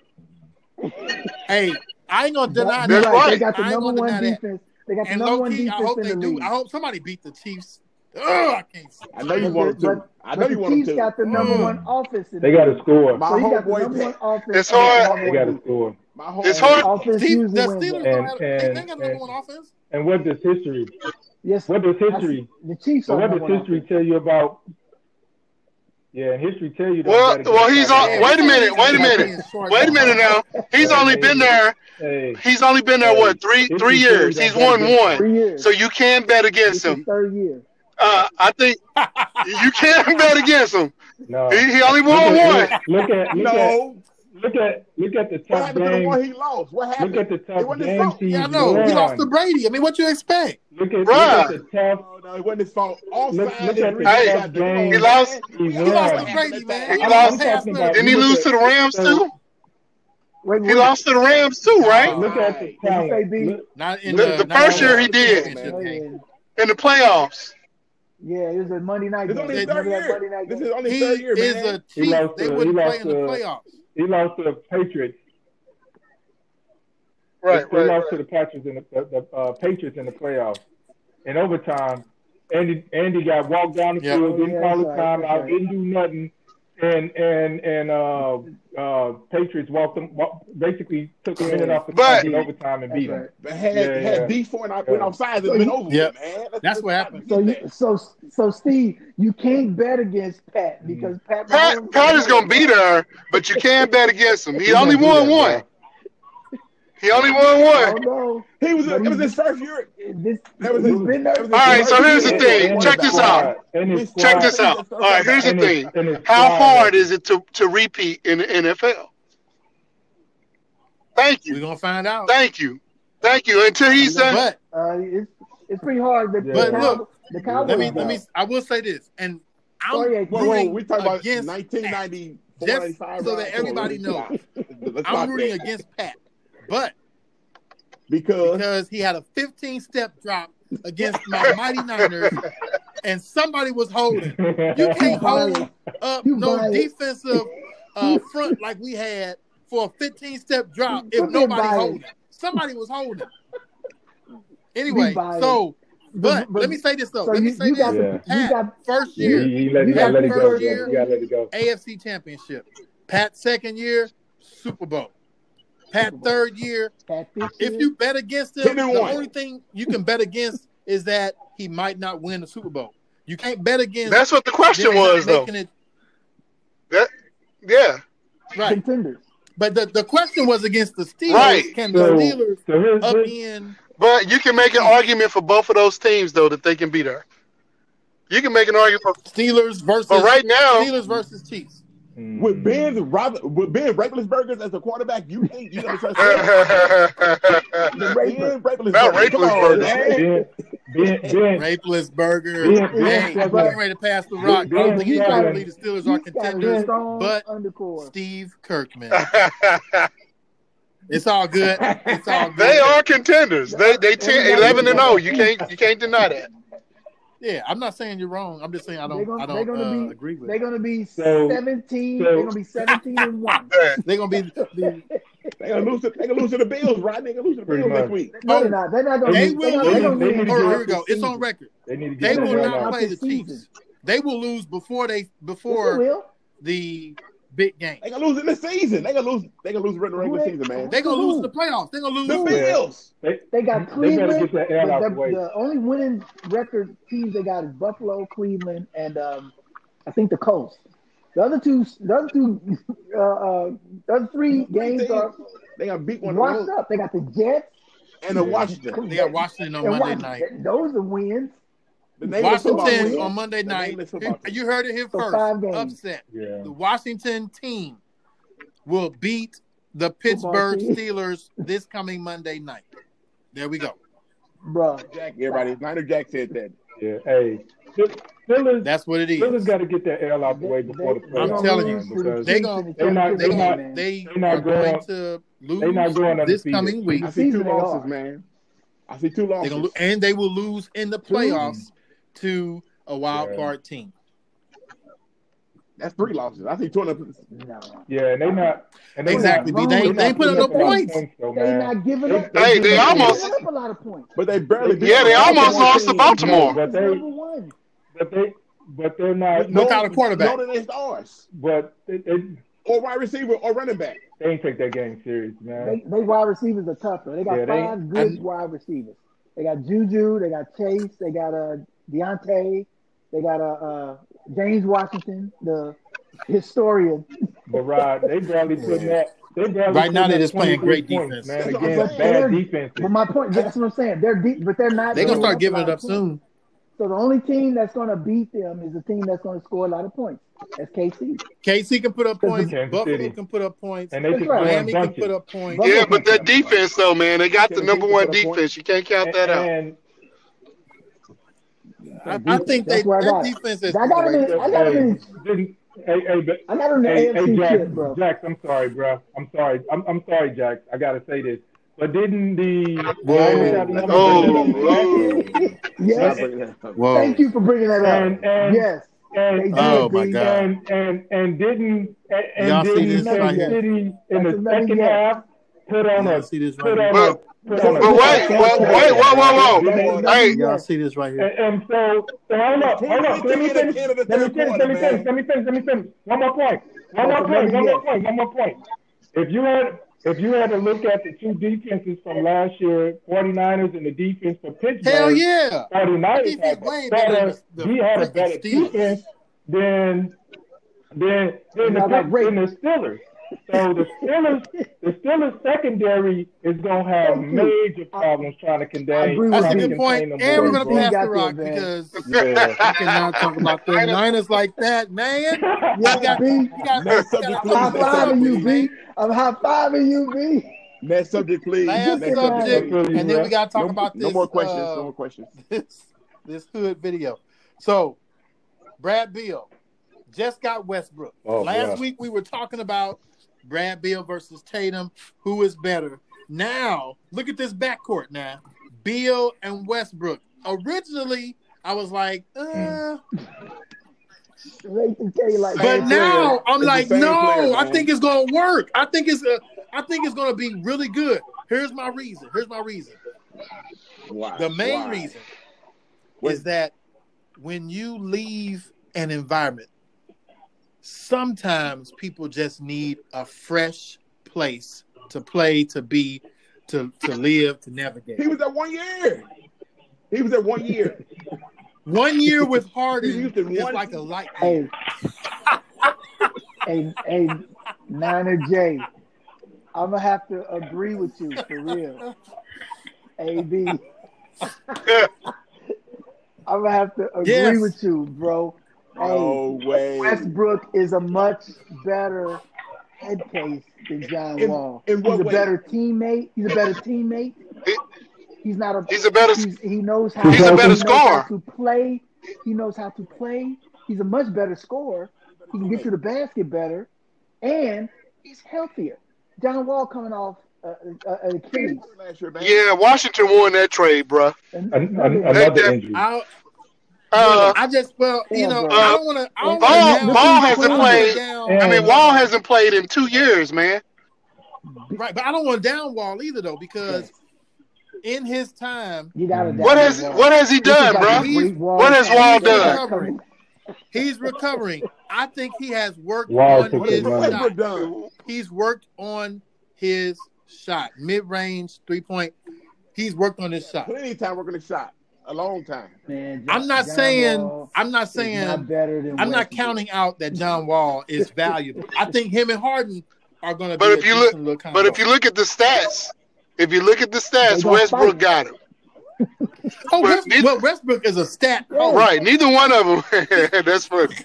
S2: Hey, I ain't gonna
S3: That-
S2: deny
S3: you're
S5: That's
S2: that.
S3: right. They
S5: right.
S3: got the
S2: I ain't
S3: number
S2: gonna
S3: one
S2: deny that.
S3: defense. They got the
S2: And
S3: number
S2: low
S3: one
S2: key, I
S3: defense
S2: hope
S3: in
S2: they
S3: the
S2: do. I
S3: league.
S2: hope somebody beat the Chiefs. Oh, I can't stand
S1: I know you
S3: But
S1: want
S3: the,
S1: them to.
S3: but,
S1: I know
S3: but
S1: you
S3: the
S1: want them
S3: Chiefs
S1: to.
S3: got the number
S2: Mm.
S3: one offense in
S4: They
S3: the
S4: got to
S3: league.
S4: score.
S1: My
S3: So you got the
S1: homeboy,
S3: number one
S1: Pat.
S3: offense
S5: It's
S3: and the
S5: hard.
S3: number
S4: They
S3: one
S4: got to
S3: defense.
S4: score.
S1: My
S5: It's
S1: homeboy.
S5: hard.
S3: Offense
S2: Steve,
S3: usually
S2: the
S3: wins that.
S2: Steelers don't
S4: And
S2: have they, they
S4: and
S2: ain't got a number
S4: and
S2: one offense.
S4: and what does history?
S3: Yes,
S4: What does
S3: I see.
S4: history?
S3: The Chiefs
S4: But
S3: are
S4: what
S3: number
S4: does
S3: one
S4: history
S3: offense.
S4: tell you about? Yeah, and history tell you don't
S5: Well,
S4: got to get
S5: well,
S4: a
S5: he's
S4: shot at
S2: Man, we
S5: on. Uh, Wait a
S2: got
S4: offense.
S5: minute.
S2: history
S5: Wait a
S2: about
S5: minute.
S2: being short
S5: Wait a
S2: now,
S5: minute uh,
S2: man.
S5: now. He's
S4: Hey,
S5: only
S4: hey,
S5: been there.
S4: hey,
S5: He's only been there
S4: hey.
S5: what three three
S4: History tell you
S5: years. He's
S4: don't got to
S5: won
S4: get.
S5: one,
S3: Three years.
S5: so you can bet against
S3: This is
S5: him.
S3: third year.
S5: Uh, I think you can bet against him.
S4: No,
S5: He, he only
S4: look
S5: won
S4: at
S5: one.
S4: look look at look at
S1: No.
S4: look at look at the
S1: What
S4: top
S1: happened to the
S4: games.
S1: one he lost? What
S4: Look
S1: happened?
S4: at the
S1: It
S4: top
S1: wasn't his
S4: games
S1: fault.
S2: yeah, I
S4: he's
S2: know. He lost to
S4: won.
S2: Brady. I mean, what you expect?
S4: Look at look at
S5: Bruh,
S4: the tough
S1: No, no, it wasn't his fault. All
S4: look
S1: sides
S4: look at the
S1: agreed he
S5: Hey,
S4: tough
S1: got the. Come
S5: he
S1: on,
S4: games
S5: lost.
S1: man.
S4: he
S1: We
S2: He
S1: all know
S2: lost to
S1: what
S4: won.
S1: happened
S2: Brady,
S1: that time.
S2: man. He
S5: He
S4: I'm
S2: was a
S4: I'm
S5: lost.
S2: pass
S4: talking about
S5: Didn't
S2: better.
S5: he
S4: look
S5: lose to
S4: at
S5: the Rams
S4: so
S5: too?
S3: Wait,
S5: He
S3: wait.
S5: lost to the Rams too, right?
S2: No,
S4: look at
S1: Right.
S4: the
S3: Did you say
S4: talent.
S3: B?
S4: Look
S2: not in
S4: look
S5: The,
S4: at
S2: the
S4: the
S5: the
S2: not in
S5: first
S2: the
S5: year
S4: talent.
S5: he did
S2: championship
S3: No, he
S2: game.
S3: didn't.
S5: in the playoffs.
S3: Yeah, it was a Monday night
S1: This is
S3: game.
S1: only his
S2: That
S1: third
S3: Remember that
S1: year.
S3: Monday night
S1: This
S3: game?
S1: is only his
S2: he
S1: third year,
S2: is
S1: man.
S2: a
S4: He
S2: Chief.
S4: lost
S2: They
S4: to he
S2: wouldn't play
S4: lost
S2: in the
S4: to
S2: playoffs.
S4: he lost to the Patriots. They
S5: Right,
S4: they
S5: right,
S4: lost to
S5: right.
S4: the Patriots in the, the, the uh, Patriots in the playoffs in overtime. Andy Andy got walked down the
S2: Yep.
S4: field,
S3: Oh
S4: didn't
S3: yeah,
S4: call
S3: that's
S4: his
S3: right. That's
S4: timeout,
S3: right.
S4: didn't do nothing, and and and uh uh Patriots walked them walk, basically took a minute
S3: Yeah,
S4: off the clock
S5: But
S4: in
S3: see,
S4: overtime and
S3: that's
S4: beat them.
S3: right.
S1: But had
S4: Yeah,
S1: had
S4: yeah,
S1: D four and I went
S4: yeah.
S1: offsides, it's
S3: So
S1: been
S3: you,
S1: over
S2: Yep.
S1: with, man. Let's,
S2: That's
S1: let's
S2: what
S1: stop
S2: happened.
S3: so
S1: repeating
S3: you,
S1: that.
S3: so so Steve, you can't bet against
S1: Mm-hmm.
S3: Pat
S4: Mm.
S3: because Pat
S5: Pat
S3: Mahomes is
S5: Pat is
S3: there,
S5: gonna be
S3: bro.
S5: there, but you can't bet against him. He
S1: He's
S5: only
S1: gonna be
S5: won
S1: there,
S5: one.
S1: bro.
S5: He only won
S3: I
S5: one.
S3: don't know,
S1: He was.
S3: but
S1: It was
S3: he's
S1: his first year.
S3: this.
S1: That was
S4: It
S1: his.
S3: He's
S4: was
S3: been
S1: That
S3: there.
S1: was his
S5: All right,
S1: first
S5: so here's
S1: year
S5: the
S1: as a
S5: thing.
S4: and, and
S5: Check
S4: his
S5: this
S1: quarterback,
S5: out.
S1: man.
S4: squad and his
S1: His
S5: Check
S1: first
S4: squad
S5: this
S1: year as
S5: out.
S1: a
S5: All right, here's
S1: quarterback.
S5: the
S4: and his
S5: thing.
S4: and his
S5: How
S4: squad
S5: hard
S4: had
S5: is it to to repeat in the NFL? Thank you,
S2: We're gonna find out.
S5: thank you, thank you. Until he
S3: We don't.
S5: said,
S2: But
S3: Uh, it's it's pretty hard. The the
S2: but
S4: yeah.
S2: look,
S3: Cow the
S4: We'll
S2: let
S3: Cowboys
S2: me
S4: find
S2: let me
S3: beat
S4: out.
S2: I will say this, and I'm
S3: forty eight
S1: Whoa, whoa.
S2: rooting
S1: We talking about
S2: against Pat
S1: 1994,
S2: just
S1: 95
S2: so that
S1: round. Come on,
S2: everybody
S1: let's
S2: knows.
S1: stop. Let's
S2: I'm
S1: stop
S2: rooting
S1: that
S2: against Pat, but
S1: because
S2: because he had a 15 step drop against my mighty Niners and somebody was holding. You
S3: You
S2: can't
S3: biased.
S2: hold up
S3: You
S2: no
S3: biased.
S2: defensive uh,
S3: You
S2: front like we had for a 15 step drop if
S3: quit being
S2: nobody
S3: biased.
S2: holding. Somebody was holding.
S3: Be
S2: Anyway,
S3: biased.
S2: so
S3: But
S2: but let
S3: but
S2: me say this though.
S3: so
S2: Let me
S3: you
S2: say
S3: you
S2: this.
S3: got the
S4: yeah,
S3: you
S2: Pat,
S3: got
S2: first
S4: yeah.
S2: year,
S4: You, you let
S3: you
S4: you gotta
S3: got
S2: Pat
S3: your
S4: let it go,
S2: first
S3: first
S4: Jeff.
S2: year,
S4: You gotta
S3: year
S4: let it go.
S2: AFC championship. Pat second year, Super Bowl. Pat
S3: Super Bowl.
S2: third year,
S3: Pat this
S2: if
S3: year.
S2: you bet against
S1: 10
S2: him,
S1: and
S2: the
S1: 1.
S2: only thing you can bet against is that he might not win the Super Bowl. You can't bet against
S5: "That's what the
S2: them
S5: question
S2: not
S5: was, though."
S2: making it
S5: That, yeah,
S2: right.
S3: Contenders.
S2: But the, the question was against the
S5: right.
S2: Steelers. Can the
S4: So
S2: Steelers
S4: so here's
S2: up
S4: this.
S2: in
S5: But you can
S2: the
S5: make an
S2: Chiefs?
S5: argument for both of those teams, though, that they can beat her. You can make an argument for,
S2: Steelers
S5: but
S2: versus
S5: right now,
S2: Steelers versus Chiefs.
S1: With
S4: Mm.
S1: Ben Rob with Ben Burgers as a quarterback, you think you're gonna trust him?
S3: The
S5: not
S3: raper.
S1: Ben Burgers. Come
S5: Rakeless
S1: on,
S5: Burgers.
S1: man.
S4: Ben Ben Ben
S2: Rapeless burger.
S4: Ben
S3: It's
S2: Hey,
S4: Ben
S2: we
S4: struggling.
S2: getting
S3: but
S2: ready to pass the rock.
S4: Ben,
S2: I don't
S4: ben
S2: think
S3: you
S2: anybody
S3: got
S4: struggling.
S2: believe the Steelers are
S3: you got a
S2: contenders,
S3: strong
S2: but
S3: undercore.
S2: Steve Kirkman.
S5: yeah,
S2: It's all good. It's all good.
S5: They are contenders. They they ten,
S3: Everybody-
S5: 11 and 0. You can't you can't deny that.
S2: Yeah, I'm not saying you're wrong. I'm just saying I don't
S3: They gonna-
S2: I
S3: they
S2: don't
S3: gonna
S2: uh,
S3: be-
S2: agree with.
S3: They're
S2: They're
S3: gonna be
S4: So-
S3: seventeen.
S4: so-
S3: they're gonna be seventeen and one.
S5: Man,
S2: they gonna be the,
S1: They gonna lose. To, they gonna lose to the Bills, right? They gonna lose to the
S4: Pretty
S1: Bills next
S4: much.
S1: week.
S3: No, they're not. They're not gonna.
S2: Oh. They
S3: they're
S2: will
S3: not-
S2: lose.
S3: They're gonna
S4: They
S3: win.
S4: need to
S2: Hold on,
S4: get
S2: here we go. It's on record.
S4: They need to get
S2: They
S4: that
S2: will
S4: right
S2: not
S4: out.
S2: play the Chiefs. They will lose before they
S3: Yes, they
S2: before
S3: will.
S2: the big game.
S1: They gonna lose in the season. They gonna lose. They gonna lose in the regular
S3: Who they-
S1: season, man.
S2: They gonna lose in the playoffs. They gonna lose.
S1: the Bills.
S4: They,
S3: They got
S4: they
S3: Cleveland.
S4: better get that air out
S3: the,
S4: the way.
S3: the only winning record teams they got is Buffalo, Cleveland, and um, I think the Colts. The other two, the other two, uh, uh, the other three games are
S1: They gonna beat one of
S3: washed
S1: those
S3: up. They got the Jets.
S1: and the Washington.
S2: They got Washington on
S3: and
S2: Monday
S3: Washington.
S2: night.
S3: Those are wins.
S1: The name of the football
S2: Washington
S1: team-
S2: on Monday
S1: The
S2: night.
S1: name of the football team.
S2: You heard it here
S3: So
S2: first.
S3: five games.
S2: Upset.
S4: yeah.
S2: The Washington team will beat the
S3: Football
S2: Pittsburgh
S3: team.
S2: Steelers this coming Monday night. There we go.
S3: Bruh.
S1: Jack, everybody. Niner Jack said that.
S4: Yeah. Hey. Phil- Phillies,
S2: That's what it
S4: Phillies
S2: is.
S4: got to get that air out the way
S3: They-
S4: before the
S3: they-
S4: playoffs.
S2: I'm telling you,
S4: man,
S3: they're gonna lose
S4: because
S3: to the
S2: they
S3: Chiefs
S2: gonna-
S3: in the
S4: they're not-
S3: championship
S4: they're not-
S3: game.
S2: They
S4: They're not
S2: are going
S4: going-
S2: to
S4: they're not
S2: lose
S4: going
S2: this
S4: undefeated.
S2: coming week.
S1: I see two
S3: season they are.
S1: losses, man. I see two
S2: They're
S1: losses.
S2: gonna lo- and they will lose in the playoffs to a wild
S4: Yeah.
S2: card team.
S1: That's three losses. I see two. Of them.
S3: No.
S4: Yeah, and they not. And they
S2: Exactly.
S4: Not,
S2: They- they-
S4: they're
S2: they
S4: not
S2: put up
S4: giving
S2: no
S4: a lot of
S2: points.
S4: though,
S3: They
S4: man.
S3: not giving
S4: They-
S3: up.
S4: they
S5: Hey,
S4: giving
S5: they
S4: up-
S5: almost-
S3: giving up a lot of points.
S1: but they barely. beat
S5: Yeah, they
S1: the
S5: almost
S1: Baltimore
S5: lost to
S1: team.
S5: Baltimore.
S4: but
S3: It's
S4: they-
S3: number one.
S4: But they. But they're not.
S1: No-
S2: Without a quarterback.
S1: No, than stars
S4: But they, they,
S1: or wide receiver or running back.
S4: they ain't take that game serious, man.
S3: They, they wide receivers are tougher. They got
S4: Yeah, they-
S3: five good
S2: I-
S3: wide receivers. They got Juju. They got Chase. They got uh, Deontay. They got uh, uh, James Washington, the historian.
S4: But Rod, they barely putting
S2: Yeah.
S4: that. They barely
S2: Right now,
S4: putting
S2: they're
S4: up
S2: just playing
S4: 23
S2: great defense.
S4: points, man.
S1: That's what I'm
S4: Against
S1: saying.
S4: bad defenses.
S3: But my point, that's what I'm saying. They're deep, but they're not.
S2: They're gonna
S3: giving
S2: start
S3: a
S2: giving
S3: lot
S2: it
S3: of
S2: up
S3: points.
S2: soon.
S3: So the only team that's going to beat them is the team that's going to score a lot of points. That's KC.
S2: KC can put up points.
S4: Kansas
S2: Buffalo
S4: City.
S2: can put up points.
S4: and they
S3: That's
S4: can
S3: right.
S4: score and
S2: Miami can
S4: dunk
S2: put
S4: it.
S2: up points.
S3: Buffalo
S5: Yeah,
S3: can
S5: but that defense though, man, they got the
S1: Tennessee
S5: number
S1: can
S5: one
S1: put up points.
S5: defense. You can't count
S2: uh,
S5: that out.
S4: And
S2: I, I think they
S3: That's where I
S2: their
S3: got it.
S2: defense has
S3: I
S2: come
S3: got
S2: away.
S3: him in. I got him
S4: hey,
S3: in.
S4: didn't, hey, hey, but,
S3: I got him in the
S4: hey, hey,
S3: AFC
S4: Jax,
S3: shit, bro.
S4: Jax, I'm sorry, bro. I'm sorry. I'm, I'm sorry, Jax. I gotta say this, but didn't the Miami got the
S2: Whoa,
S4: number one
S5: Oh,
S4: defense
S3: yes.
S1: Stop
S4: last year?
S5: Lord.
S1: bringing that up.
S2: whoa.
S3: Thank you for bringing that up.
S4: And and
S3: yes.
S4: and
S3: They
S4: and
S3: did.
S2: Oh my
S3: B.
S2: God.
S4: and and, and didn't and, and
S2: Y'all see
S4: didn't
S2: this
S3: Another
S4: Kansas
S2: right here?
S3: guess.
S4: City
S3: That's
S4: in the
S3: another
S4: second
S3: yes.
S4: half put on
S2: Y'all
S4: a
S2: see this right
S4: put
S2: here?
S4: on
S5: But-
S4: a put on a
S5: But wait,
S4: touchdown
S5: whoa, wait,
S4: contest,
S5: whoa,
S4: man.
S3: That's
S5: whoa, whoa.
S4: Didn't-
S3: another
S5: Hey,
S2: Y'all
S3: yes.
S2: see this right here?
S4: And, and so, so hold up, hold up. Let me finish. Let me finish. Let me finish. Let me finish. Let me finish. One more point. One more point. One more point. One more point. If you had if you had to look at the two defenses from last year, 49ers and the defense for Pittsburgh,
S2: Hell yeah.
S4: 49ers
S2: Defense
S4: had
S2: way
S4: a
S2: better
S4: better,
S2: than the
S4: he had a
S2: freaking
S4: better
S2: Steelers.
S4: defense than than than the,
S3: Y'all got
S4: than the
S3: raped.
S4: Steelers. So the Steelers, the Steelers secondary is gonna have
S3: Thank you.
S4: major
S3: I-
S4: problems trying to contain,
S3: agree with
S2: That's a
S4: trying
S3: you.
S4: to
S2: good point.
S4: contain them
S2: And we're
S4: boys,
S2: gonna
S4: bro.
S2: pass
S3: got
S2: the
S3: the
S2: rock
S3: advantage.
S2: because
S4: Yeah.
S2: we cannot talk about them Niners like that, man. You
S3: Yeah,
S2: got
S3: B.
S2: you got
S1: Next
S2: you
S1: subject,
S2: got
S1: please.
S3: High
S1: Next
S2: open yourself
S1: subject,
S3: fiving you,
S2: up,
S3: B.
S1: please.
S2: man.
S3: I'm high fiving you, B.
S1: Next subject, please.
S2: Last
S1: Next subject,
S3: Right.
S2: subject,
S1: please.
S4: Absolutely,
S2: and then we
S4: bro.
S2: gotta talk
S1: No,
S2: about this
S1: no more questions.
S2: uh,
S1: No more questions.
S2: this this hood video. So Brad Beal just got Westbrook.
S4: Oh,
S2: Last
S4: bro.
S2: week we were talking about Brad Beal versus Tatum, who is better. Now look at this backcourt now, Beal and Westbrook. Originally I was like, uh,
S3: They can tell you like
S1: Hmm.
S2: but
S1: Same player.
S2: now I'm
S1: It's the
S2: like,
S1: same
S2: no,
S1: player,
S2: I
S1: man.
S2: think it's gonna work. I think it's uh, I think it's gonna be really good. Here's my reason. Here's my reason.
S1: Why?
S2: The main
S1: Why?
S2: reason
S1: Wait.
S2: is that when you leave an environment, sometimes people just need a fresh place to play, to be, to to live, to navigate.
S1: He was at one year. He was at one year.
S2: One year with
S1: He
S2: Harden
S1: used to
S2: is
S1: one-
S2: like a light year.
S3: hey, hey, hey, Niner J. I'm gonna have to agree with you for real, AB. I'm gonna have to agree
S2: Yes.
S3: with you, bro. Hey,
S1: No way.
S3: Westbrook is a much better head case than John
S1: In-
S3: Wall.
S1: in what
S3: he's a
S1: way?
S3: better teammate. He's a better teammate.
S5: He-
S3: He's not a.
S5: he's a better-
S3: He's, he knows how.
S5: he's a better
S3: he knows how
S5: scorer.
S3: to play. He knows how to play. He's a much better scorer. He can get to the basket better, and he's healthier. John Wall coming off uh, uh, an Achilles.
S1: last year, man.
S5: Yeah, Washington won that trade, bruh.
S3: And-
S4: An, an, another
S1: Oh.
S4: injury.
S2: I,
S5: Uh,
S2: I just well, you know,
S3: Yeah,
S2: I don't want to. I don't
S5: Ball-
S2: wanna
S5: Ball
S2: down-
S5: hasn't
S2: I don't wanna
S5: played.
S2: down-
S4: Yeah.
S5: I mean, Wall hasn't played in two years, man.
S2: Right, but I don't want to down Wall either though, because in his time,
S3: You gotta
S5: What has what has he done, bruh? What has Wall done?
S2: Recovering. he's recovering. I think he has worked
S4: Wall
S2: on
S4: took
S1: What is
S2: his
S4: his money.
S1: Westbrook
S2: shot.
S1: done?
S2: He's worked on his shot, mid range three point. He's worked on his shot.
S1: Plenty of time working the shot. A long time.
S3: Man,
S2: I'm not
S3: John
S2: saying.
S3: Wall
S2: I'm not
S3: is not
S2: saying.
S3: better than
S2: I'm not
S3: Westbrook.
S2: counting out that John Wall is valuable. I think him and Harden are going to be
S5: But
S2: a
S5: if you look-
S2: decent look,
S5: But if you look at the stats, if you look at the stats, Westbrook got him.
S2: oh,
S5: but
S2: Westbrook,
S5: it-
S2: well, Westbrook is a stat.
S5: All right, neither one of them. That's funny.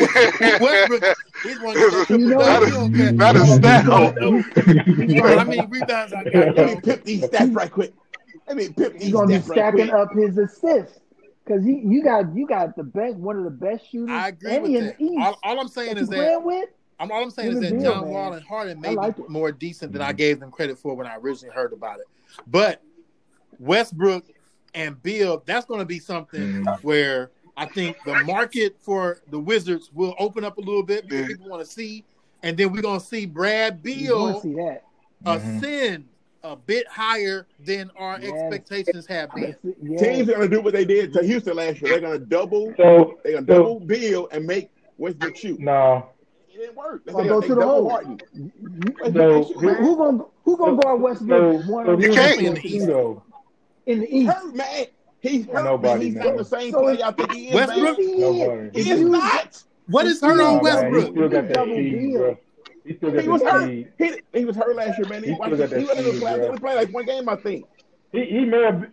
S2: Westbrook, he's one of the-
S3: You know-
S2: He don't care.
S5: Not a stat.
S2: You know how many rebounds I got?
S1: Let me pimp these stats right quick. Let me pimp
S3: He's
S1: these
S3: gonna be
S1: stats right
S3: stacking
S1: quick.
S3: up his assists because you you got you got the best one of the best shooters.
S2: I agree
S3: and
S2: with
S3: in
S2: that.
S3: the East.
S2: All, all I'm saying
S3: that
S2: is
S3: you
S2: that
S3: playing with.
S2: I'm all I'm saying
S3: Give
S2: is
S3: it
S2: that
S3: real,
S2: John
S3: man.
S2: Wall and Harden may
S3: I like
S2: be
S3: it.
S2: more decent than I gave them credit for when I originally heard about it. But Westbrook and Bill, that's going to be something where I think the market for the Wizards will open up a little bit because
S5: Yeah.
S2: people want to see, and then we're going to see Brad
S3: You want to
S2: Beal
S3: see that?
S4: Mhm.
S2: ascend a bit higher than our
S3: Yes.
S2: expectations have been.
S3: That's it, yeah.
S1: Teams are gonna do what they did to Houston last year. They're gonna double.
S4: So
S1: They're gonna
S4: So-
S1: double Bill and make Westbrook shoot.
S4: no,
S1: It didn't work. That's
S3: Well,
S1: it.
S3: go
S1: They
S3: to the
S1: double
S3: hole.
S1: Harden.
S3: You-
S1: Westbrook
S4: So,
S1: shoot,
S3: Who,
S1: man.
S3: who gonna who gonna guard
S4: so,
S3: Westbrook one
S4: so
S3: on
S5: You
S4: here's
S5: can't.
S4: the
S2: In the
S4: thing
S2: East.
S4: too, though.
S3: in the East?
S1: hurt, man. He's hurt, but
S4: Nobody
S1: he's
S4: knows.
S1: not the same
S3: So
S1: player
S3: it-
S1: y'all think he is,
S3: Yes,
S1: man.
S2: Westbrook?
S3: he
S4: Nobody.
S3: is.
S1: He
S3: If
S1: is
S3: you-
S1: not.
S2: What is hurt
S4: Nah,
S2: on
S3: No,
S4: man, he
S2: Westbrook?
S4: still got that
S3: Double
S4: speed,
S3: deal.
S4: bro. He still got
S1: He was
S4: that
S1: hurt.
S4: speed.
S1: He, he was hurt last year, man. He
S4: He
S1: watched
S4: still
S1: it.
S4: got
S1: He
S4: that
S1: wasn't even
S4: speed,
S1: playing. I think
S4: bro.
S1: we played like one game, I think.
S4: He he may have. been-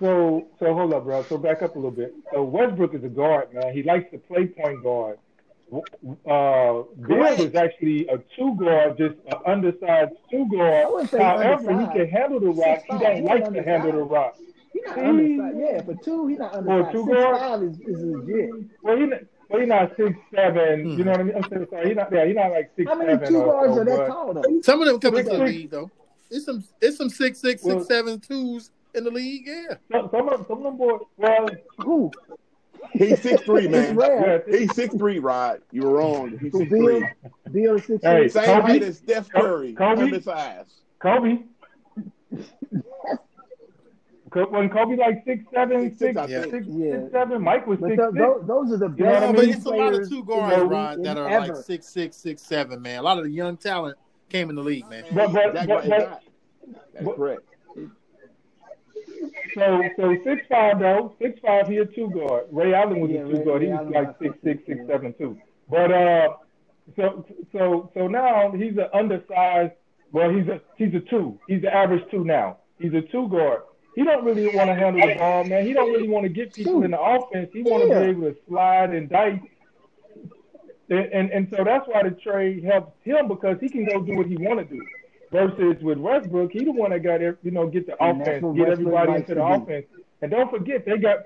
S4: So so hold up, bro. So back up a little bit. So Westbrook is a guard, man. He likes to play point guard. W- Uh, Bill
S1: Correct.
S4: was actually a two guard, just an undersized two guard.
S3: I wouldn't say
S4: However,
S3: undersized.
S4: he can handle the rock. He
S3: Six-five.
S4: don't
S3: He's
S4: like to
S3: undersized.
S4: handle the rock.
S3: He's not
S4: See?
S3: undersized. Yeah, for two, he's not
S4: Well,
S3: undersized.
S4: two
S3: Six
S4: guards.
S3: five is, is legit.
S4: Well, he not- well he not six seven. You
S2: Hmm.
S4: know what I mean? I'm sorry, sorry. He not yeah. He not like six
S3: How many
S4: seven
S3: two
S4: or
S3: guards
S4: so,
S3: are that
S4: but
S3: tall though?
S2: Some of them come
S4: Six,
S2: into the
S4: six.
S2: league though. It's some it's some six six
S4: Well-
S2: six seven twos in the league. Yeah,
S4: some some of some of them boys. Well,
S3: Who?
S1: He's six three,
S3: It's
S1: man.
S4: yeah.
S3: rare.
S1: He's six three, Rod. You were wrong. He's
S3: Who
S1: six
S3: Bill?
S1: three.
S3: Bill is six
S4: Hey.
S3: six.
S1: Same
S4: Kobe?
S1: height as Steph
S4: Co-
S1: Curry,
S4: Kobe?
S1: undersized.
S4: Kobe. Co- When Kobe like six seven,
S1: Six six,
S4: six
S1: I
S2: Yeah.
S1: think.
S4: six
S3: Yeah.
S4: six seven. Mike was
S3: But
S4: six
S3: th-
S4: six.
S3: those, those are the best.
S4: You know what I
S2: yeah,
S4: mean?
S2: but
S3: two
S2: it's a lot of
S3: players
S2: two
S3: in
S2: guards,
S3: the league
S2: Rod, that are like
S3: ever.
S2: six six six seven. Man, a lot of the young talent came in the league, man.
S4: But but
S1: Jack White
S4: but,
S1: is
S4: but
S1: not. That's
S4: but-
S1: correct.
S4: so so six five though six five he a two guard. Ray Allen was
S3: Yeah,
S4: a two
S3: Ray-
S4: guard.
S3: Ray
S4: he was
S3: Allen
S4: like
S3: was
S4: six
S3: six,
S4: six six
S3: yeah.
S4: seven two. But uh, so so so now he's an undersized. Well, he's a he's a two. He's the average two now. He's a two guard. He don't really want to handle the ball, man. He don't really want to get people
S3: Shoot.
S4: in the offense. He want to
S3: Yeah.
S4: be able to slide and dice And, and and so that's why the trade helps him because he can go do what he want to do. Versus with Westbrook, he the one that got ev- you know get the
S3: And that's
S4: offense,
S3: what
S4: get
S3: Westbrook
S4: everybody
S3: likes
S4: into the
S3: to do.
S4: offense. And don't forget they got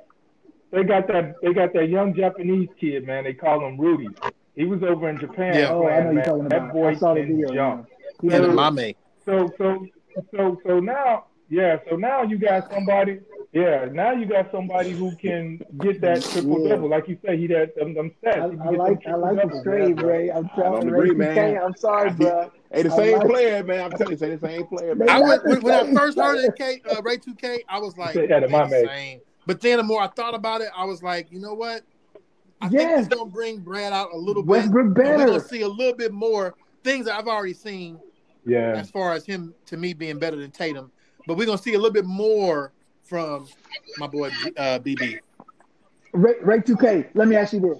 S4: they got that they got that young Japanese kid man. They call him Rudy. He was over in Japan
S2: Yeah.
S3: Oh, I know
S4: playing
S3: you're
S4: man.
S3: talking
S4: That
S3: about. I
S4: boy
S3: saw the
S4: can
S3: video.
S4: jump.
S3: Yeah.
S2: And
S3: He
S2: a
S4: So
S2: mame.
S4: so so so so now yeah. So now you got somebody. Yeah, now you got somebody who can get that triple
S3: Yeah.
S4: double, like you say. He had them, them
S3: I,
S4: stats. He
S3: I
S4: can get them
S3: like I
S4: triple
S3: like the
S4: doubles.
S3: trade, Ray. I'm
S1: I don't
S3: telling
S1: agree,
S3: Ray
S1: man.
S3: King. I'm sorry, bro.
S1: Hey, the
S3: I
S1: same
S3: like
S1: player, man. I'm telling you, say the same player,
S3: They
S1: man.
S2: I
S3: not
S2: would
S3: the
S2: when, when I
S3: same
S2: first heard
S3: player.
S2: it, K uh, Ray Two K, I was like,
S4: Say that to
S2: they
S4: my
S2: the
S4: man.
S2: same. But then the more I thought about it, I was like, you know what? I think
S3: Yes.
S2: it's gonna bring Brad out a little bit.
S3: Westbrook
S2: And we're gonna
S3: better.
S2: see a little bit more things that I've already seen
S4: Yeah.
S2: as far as him to me being better than Tatum. But we're gonna see a little bit more from my boy uh, BB.
S3: Ray, Ray 2K, let me ask you this.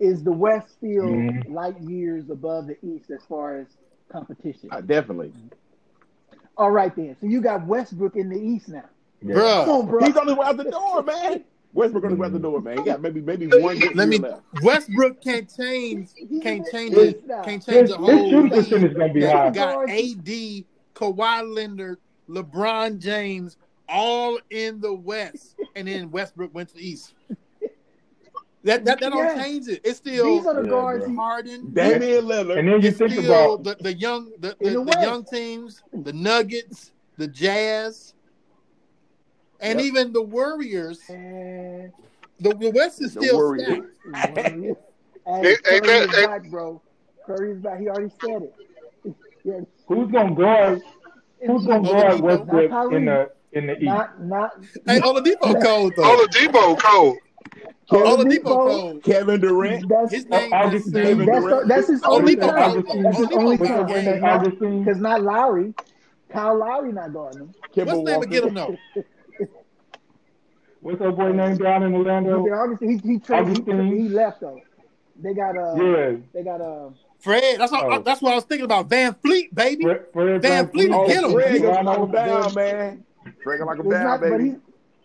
S3: Is the West still
S4: Mhm.
S3: light years above the East as far as competition?
S1: Uh, definitely.
S3: All right, then. So you got Westbrook in the East now.
S4: yeah.
S2: Bruh,
S3: Come on, bro.
S1: He's on his way out the door, man. Westbrook on his way out the door, man. He got maybe maybe one good
S2: let
S1: year
S2: me
S1: left.
S2: Westbrook can't change
S3: He's in
S2: can't
S3: the
S2: change
S3: East
S2: it
S3: now.
S2: can't change
S4: His,
S2: the
S4: his
S2: whole
S4: shooting
S2: league
S4: percentage is gonna be
S2: that
S4: high.
S2: got AD, Kawhi Leonard, LeBron James all in the West, and then Westbrook went to the East. That that, that don't
S3: Yeah.
S2: change it. It's still
S3: These are the
S6: Yeah,
S3: guards. he-
S2: Harden.
S1: Damian Lillard.
S4: And then you
S2: it's
S4: think
S2: still
S4: about
S2: the, the young the,
S3: In
S2: the,
S3: the
S2: the
S3: West.
S2: young teams, the Nuggets, the Jazz, and
S1: Yep.
S2: even the Warriors.
S3: And
S2: The, the West is
S1: The
S2: still
S1: Warriors.
S2: stacked.
S3: and
S5: Hey, hey,
S3: Curry is
S5: hey.
S3: back, bro. Curry is back. He already said it. Yeah.
S4: who's gonna guard who's gonna guard
S2: Oladipo.
S4: Westbrook
S3: Not Kyrie.
S4: in the in the East?
S3: Not not
S2: Hey, Oladipo cold though.
S5: Oh, Oladipo cold.
S2: Oladipo
S3: Oladipo.
S2: cold.
S1: Kevin Durant.
S3: That's
S2: His name is
S4: Augustine.
S2: Sam.
S1: Kevin
S3: that's,
S1: Durant.
S3: that's his only
S2: Oladipo
S4: Augustine,
S3: time.
S2: cold.
S4: Augustine,
S3: That's his
S2: Oladipo
S3: only
S2: cold.
S4: because
S3: time
S4: when
S3: because
S4: they
S2: game.
S3: not
S4: Augustine,
S3: because not Lowry, Kyle Lowry not guarding him.
S1: Kemba
S2: What's the name
S1: Walker.
S2: of get him though?
S4: what's that boy named down in
S3: He,
S4: Orlando?
S3: obviously he he, traded,
S4: Augustine.
S3: he he left though. They got uh
S4: Yeah,
S3: they got uh
S2: Fred. That's what,
S4: Oh.
S2: that's what I was thinking about. Van Fleet, baby.
S4: Fred, Fred
S2: Van Fleet will
S1: Oh,
S2: get him.
S1: Greg is like
S4: Toronto,
S1: a down, man. Greg is like a
S3: it's
S1: down,
S3: not but
S1: baby.
S3: he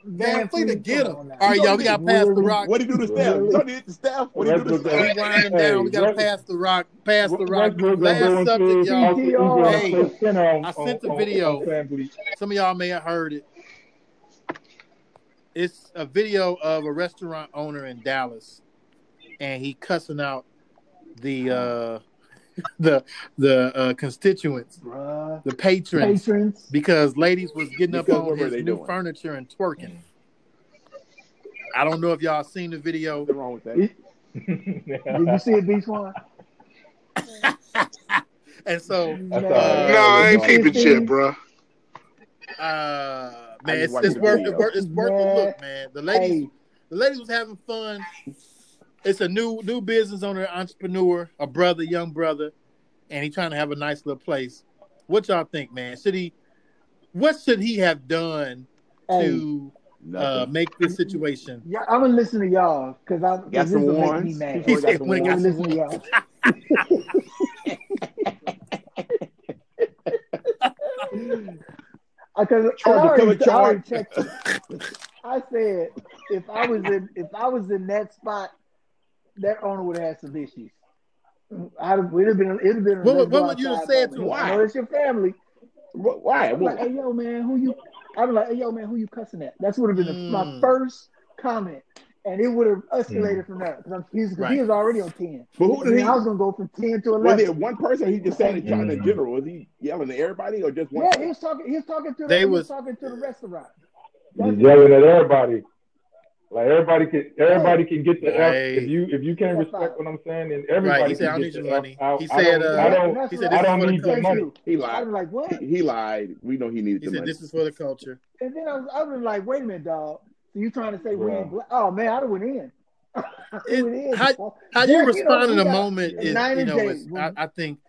S2: Van Fleet to get him.
S3: come on now.
S2: All right, y'all. We got to pass the
S3: Really?
S2: rock.
S1: What do you do to Steph?
S4: Really?
S1: Don't hit the Steph. What do you do to
S4: Westbrook
S1: Steph?
S2: We winding down. We got to
S4: Hey,
S2: pass the rock. Pass the rock.
S4: Westbrook gonna go
S2: Last subject,
S4: into
S2: y'all.
S4: Austin Eagle and
S2: Hey,
S4: play center on,
S2: I sent
S4: on,
S2: the video.
S4: on, on Sam Bleak.
S2: Some of y'all may have heard it. It's a video of a restaurant owner in Dallas, and he cussing out the uh, the the uh, constituents,
S3: Bruh.
S2: the patrons,
S3: Patrons.
S2: because ladies was getting up
S1: Because
S2: on
S1: what were
S2: his
S1: they
S2: new
S1: doing? Mm-hmm.
S2: furniture and twerking. I don't know if y'all seen the video.
S1: What's wrong with that?
S3: Did you see it, Beach One?
S2: and so
S4: That's all
S2: Uh,
S4: right.
S5: No, I ain't
S3: you see
S5: peeping
S3: his
S5: shit,
S3: team?
S5: bro.
S2: uh
S1: I
S2: man,
S1: just
S2: it's,
S1: watched
S2: it's
S1: the
S2: worth
S1: video.
S2: it. Worth, it's worth a look, man. The ladies,
S3: Hey,
S2: the ladies was having fun. It's a new new business owner, entrepreneur, a brother, young brother, and he trying to have a nice little place. What y'all think, man? Should he? What should he have done
S3: hey.
S2: to uh,
S1: Nothing.
S2: make this situation?
S3: Yeah, I'm gonna listen to y'all because I
S1: Got
S3: this
S1: some
S3: will make me
S1: ones.
S3: mad.
S2: He
S1: Troy got
S2: said,
S1: some
S2: when it
S3: I'm gonna
S2: got
S1: ones.
S2: some
S3: listen to y'all. Because I
S1: Troy become a
S3: already, I
S1: chart.
S3: already checked it. I said if I was in if I was in that spot, that owner would have had some issues. I'd have, it'd have been it'd have been.
S2: What would-
S3: let's go
S2: what would you have
S3: outside
S2: said
S3: moment.
S1: to him?
S3: I know it's your family.
S1: Wh- Why?
S3: I'm like,
S1: Wh-
S3: hey yo man, who you? I'm like, hey yo man, who you cussing at? That's would have been the, my
S2: Mm.
S3: first comment, and it would have escalated from there because he was 'cause he
S2: Right.
S3: was already on ten.
S1: But who
S3: And
S1: did he?
S3: I was gonna go from ten to
S1: Was
S3: eleven.
S1: it one person? or He just said it trying to
S4: Mm.
S1: general. Was he yelling at everybody or just one?
S3: Yeah, he
S1: person?
S3: was talking. He was talking to. The,
S2: They
S3: he
S2: was-
S3: was, talking to the restaurant.
S4: He's yelling at everybody. Like everybody can, everybody can get the F.
S2: Right.
S4: If you if you can't respect what I'm saying, then everybody
S2: Right, he said, "I
S4: can
S2: don't need your
S4: get the F
S2: money."
S4: out.
S2: He
S4: I
S2: said,
S4: don't,
S2: uh,
S4: I
S3: That's
S2: he
S4: don't,
S3: what
S2: said,
S4: I
S2: "This is
S4: don't
S2: for the
S4: need your
S2: culture."
S3: Thank
S4: money.
S3: you.
S1: He
S3: I was
S1: lied.
S3: like, what?
S1: He, he lied. We know he needed
S2: He
S1: the
S2: said,
S1: money.
S2: "This is for the culture."
S3: And then I was, I was like, wait a minute, dog. So you trying to say we
S4: Bruh.
S3: ain't black? Oh man, I done went in. I
S2: It-
S3: went in.
S2: how-
S3: dog.
S2: How
S3: Yeah,
S2: you
S3: you
S2: respond
S3: know,
S2: in a
S3: we got
S2: moment
S3: a
S2: is,
S3: nine
S2: you
S3: and
S2: know,
S3: day
S2: it's, I,
S3: woman.
S2: I think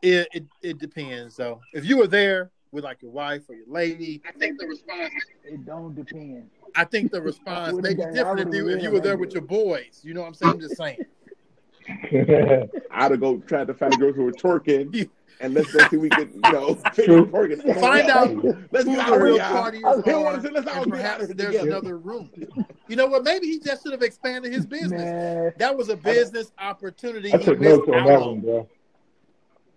S2: it, it it depends though. If you were there with like your wife or your lady,
S5: I think the response.
S3: It don't depend.
S2: I think the response
S3: would've
S2: may be
S3: done- I
S2: different if
S3: would've
S2: you if
S3: really
S2: you were there
S3: liked
S2: with
S3: it.
S2: your boys. You know what I'm saying? I'm just saying.
S1: I'd have go try to find a girl who was twerking,
S2: You-
S1: and let's go see if we could, you know, finish
S4: True.
S1: twerking. Come on,
S2: Find
S1: y'all.
S2: out
S1: Let's
S2: who
S1: get out
S2: the
S1: of here,
S2: real
S1: y'all.
S2: party
S3: I
S2: is
S3: was-
S1: He wanted
S2: are,
S1: to let's all get out
S2: and
S1: of
S2: perhaps
S1: here
S2: there's
S1: together.
S2: another room. You know what? Maybe he just should have expanded his business.
S3: Man,
S2: That was a business opportunity
S4: I
S2: he
S4: took
S2: missed
S4: notes on
S2: out
S4: that one,
S2: on.
S4: bro.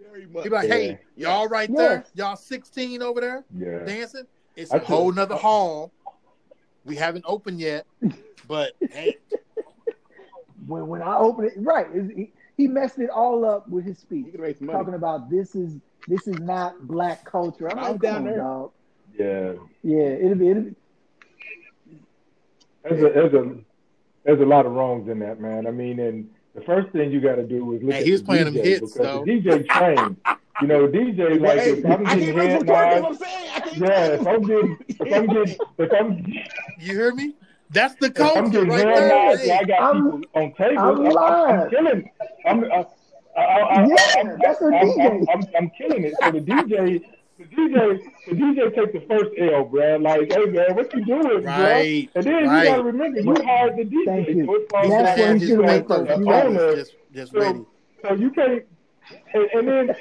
S1: Very much.
S2: He be like,
S4: Yeah.
S2: hey, y'all right
S3: Yeah.
S2: there, y'all 16 over there.
S4: Yeah.
S2: dancing. It's
S4: I
S2: a whole
S4: took-
S2: nother hall. We haven't opened yet, but hey,
S3: when when I opened it, right? it- He, he messed it all up with his speech,
S1: He can raise money.
S3: talking about this is this is not black culture. I'm
S1: I was
S3: like,
S1: down
S3: come on,
S1: there.
S3: dog.
S4: Yeah.
S3: Yeah, it'll be, it'll be
S4: There's a, there's a there's a lot of wrongs in that, man. I mean, and the first thing you got to do is look
S2: Hey,
S4: at
S2: he was
S4: the
S2: playing them
S4: DJ
S2: hits,
S4: because
S2: though.
S4: the DJ trained. You know, DJ
S1: But
S4: like
S1: hey,
S4: if I'm
S1: I
S4: getting
S1: can't raise
S4: head
S1: from twerking.
S4: nods,
S1: What I'm saying, I can't
S4: yeah. If
S1: raise
S4: I'm getting if I'm getting if I'm
S2: you hear me? That's the
S4: if I'm
S2: culture
S4: getting
S2: right
S4: hand
S2: there.
S4: nods and
S2: Hey,
S4: I got
S3: I'm-
S4: people on
S3: I'm
S4: tables, I'm, I'm, I'm
S3: live.
S4: killing. I'm I, I, I,
S3: Yeah,
S4: I, I'm,
S3: that's what
S4: I'm, I'm,
S3: DJ.
S4: I'm, I'm killing it. So the DJ, the DJ, the DJ take the first L, bruh. Like, hey man, what you doing, bruh?
S2: right,
S4: And then you gotta
S2: right.
S4: remember you
S3: But-
S4: hired the
S3: thank
S4: DJ,
S3: you.
S4: so it
S2: He
S4: falls
S2: should have
S3: That's what
S4: back
S2: had
S3: he
S2: his
S3: should have
S4: on
S3: went
S2: papers
S3: first.
S4: the
S3: You
S2: and
S3: right.
S2: folders
S4: owner.
S2: just just ready.
S4: So, so you can't, and, and then,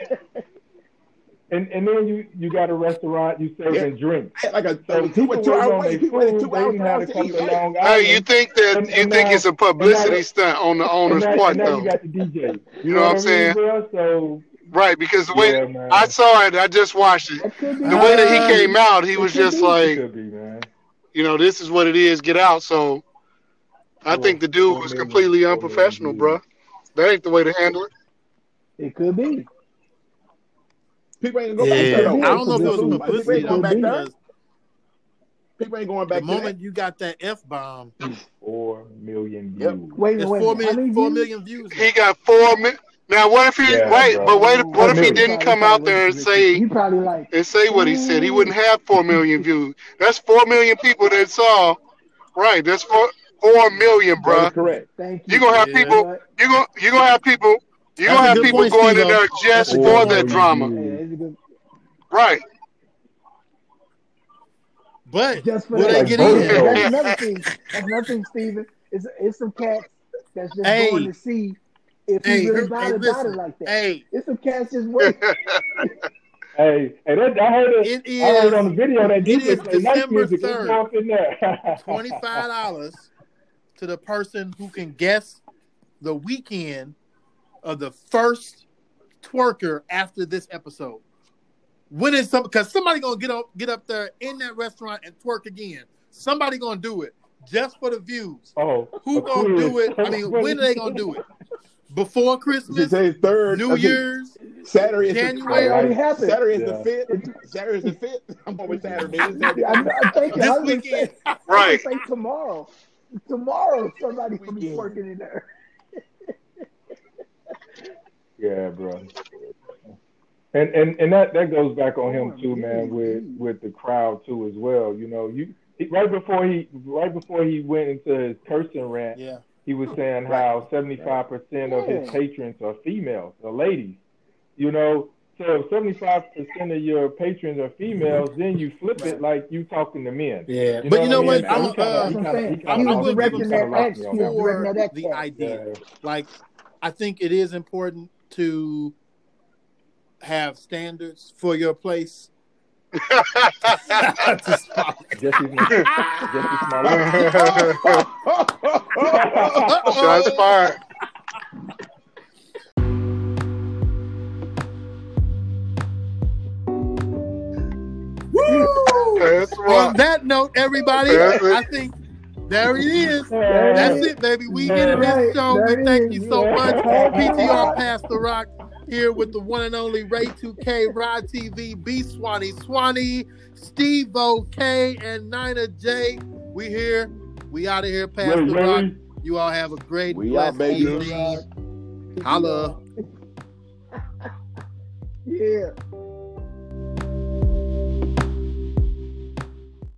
S4: and, and then you you got a restaurant, you serving
S1: Yeah.
S4: drinks.
S1: Had like a,
S4: So
S1: a two a
S4: people
S1: two
S4: waiting
S1: hour
S4: on
S1: wait.
S4: their
S1: People waited
S4: food.
S1: two
S4: They
S1: hours
S4: didn't
S1: for
S4: have
S1: us
S4: to
S1: to
S4: come
S1: eat.
S4: to
S1: Hey,
S4: Long
S5: Hey, you
S4: Island.
S5: think that
S4: And-
S5: you
S4: and
S5: think
S4: now-
S5: it's a
S4: and
S5: publicity
S4: now-
S5: stunt on the
S4: and
S5: owner's
S4: now,
S5: part,
S4: and now you
S5: though?
S4: got the DJ. You
S5: You
S4: know
S5: know what
S4: what
S5: I'm
S4: I mean,
S5: saying?
S4: bro? So
S5: Right, because the way
S4: yeah,
S5: I
S4: man,
S5: saw it, I just watched it.
S3: That could be.
S5: The way that he
S2: Uh,
S5: came out, he
S3: It
S5: was
S3: could
S5: just
S3: be.
S4: it
S5: like,
S4: could be, man.
S5: you know, this is what it is. Get out. So I think the dude was completely unprofessional, bro. That ain't the way to handle it.
S3: It could be.
S1: People ain't going back
S2: Yeah,
S1: to
S2: I
S1: that.
S2: don't know if it was
S1: People
S2: publicity
S1: ain't
S2: though,
S1: going back to that.
S2: because
S1: People ain't going
S2: the
S1: back to
S2: moment you got that f bomb,
S4: Four million
S1: Yep.
S4: views.
S3: Wait,
S2: it's
S3: wait.
S2: four
S3: how many
S2: million, four
S3: views?
S2: million views. now.
S5: He got four minutes. Now, what if he
S4: Yeah,
S5: wait?
S4: bro.
S5: But wait, what
S4: Four
S5: if he
S4: million.
S5: didn't come out there and say
S3: He probably like,
S5: and say what he said? He wouldn't have four million views. That's four million people that saw. Right. That's four four million,
S1: that.
S5: bro.
S1: That is correct.
S3: thank you.
S5: You're gonna have
S2: Yeah.
S3: You know
S5: people.
S3: what?
S5: You're gonna you're gonna have people. You're
S2: That's a
S5: gonna have
S2: good
S5: people
S2: point,
S5: going in
S2: Steve-O.
S5: there
S2: That's
S5: just
S2: a good
S5: for
S2: point.
S5: that drama.
S3: Yeah, it's a good,
S5: Right.
S2: But
S3: just for
S2: will
S3: that.
S2: they
S4: Like
S2: get
S4: both
S2: in?
S4: of
S3: That's
S4: those.
S3: another thing. That's another thing, Steven. It's it's some cats that's just
S2: Hey.
S3: going to see if
S2: Hey,
S3: he really
S2: who-
S3: about
S2: hey,
S3: it, about
S2: listen.
S3: it like that.
S2: Hey,
S3: It's some cats just wait.
S4: Hey, hey, that, I heard it.
S2: it
S4: I heard on the
S2: is
S4: video that
S2: it is
S4: DJ play nice
S2: December
S4: music. Let's
S2: 3rd.
S4: go up in there.
S2: twenty five dollars to the person who can guess the weekend of the first twerker after this episode. When is some because somebody gonna get up get up there in that restaurant and twerk again. Somebody gonna do it just for the views.
S4: Oh,
S2: Who
S4: a
S2: gonna
S4: quiz.
S2: do it? I mean, when are they gonna do it? Before Christmas,
S1: Today's third. I
S2: New
S1: think
S2: Year's,
S1: Saturday is
S2: January.
S3: It already
S4: Right.
S1: the
S3: happened.
S1: Saturday is
S4: Yeah.
S1: the fifth.
S3: It-
S1: Saturday is the fifth. I'm going with Saturday. It's Saturday.
S3: I know. I think I
S2: This
S3: was gonna
S2: weekend,
S3: say. I was gonna
S5: Right.
S3: say tomorrow. Tomorrow, somebody will be
S1: Weekend.
S3: twerking in there.
S4: Yeah, bro. And and and that that goes back on him
S3: Four
S4: too, man.
S3: million
S4: With
S3: views.
S4: with the crowd too as well. You know, you he, right before he right before he went into his cursing rant,
S2: yeah,
S4: he was saying
S1: Right.
S4: how seventy five percent of his
S3: Yeah.
S4: patrons are females, are ladies. You know, so seventy five percent of your patrons are females. Then you flip
S2: right,
S4: it like you talking to men.
S2: yeah.
S4: You
S2: but
S4: know
S2: you
S4: what I
S2: know
S4: mean?
S2: what?
S4: So
S2: I'm
S4: he
S2: a,
S3: That's
S2: uh,
S4: kind of he
S3: what I'm
S4: kind of he
S3: saying.
S4: kind
S2: I'm,
S3: He
S4: of
S2: I'm
S3: was
S2: gonna give him
S4: lost me. He
S3: directing
S4: kind
S3: that
S4: of
S2: some
S4: lost
S2: props
S4: me
S3: X.
S4: on
S3: He was
S4: that one.
S3: directing
S2: for
S3: that X
S2: the
S3: cat.
S2: idea.
S4: Yeah.
S2: Like, I think it is important to have standards for your place. Shout out to
S4: Jesse Smollett. Jesse Smollett.
S5: Shots
S2: oh
S5: fired.
S2: Woo!
S5: That's right.
S2: On that note, everybody,
S5: That's
S2: I
S5: it.
S2: think there it is.
S3: There
S2: That's
S3: it is.
S2: it, baby. We
S3: That's
S2: ended this
S3: right.
S2: show. We
S3: There it
S2: thank you
S3: is.
S2: so much. PTR
S3: Yeah.
S2: Pass the Rock here with the one and only Ray 2K, Rod TV, B Swanee Swanee, Steve OK, and Nina J. We here. We out of here. Pass
S4: Ray,
S2: the rock.
S4: Ray.
S2: You all have a great,
S1: We out,
S2: blessed
S1: baby.
S2: evening. Holla.
S3: Yeah.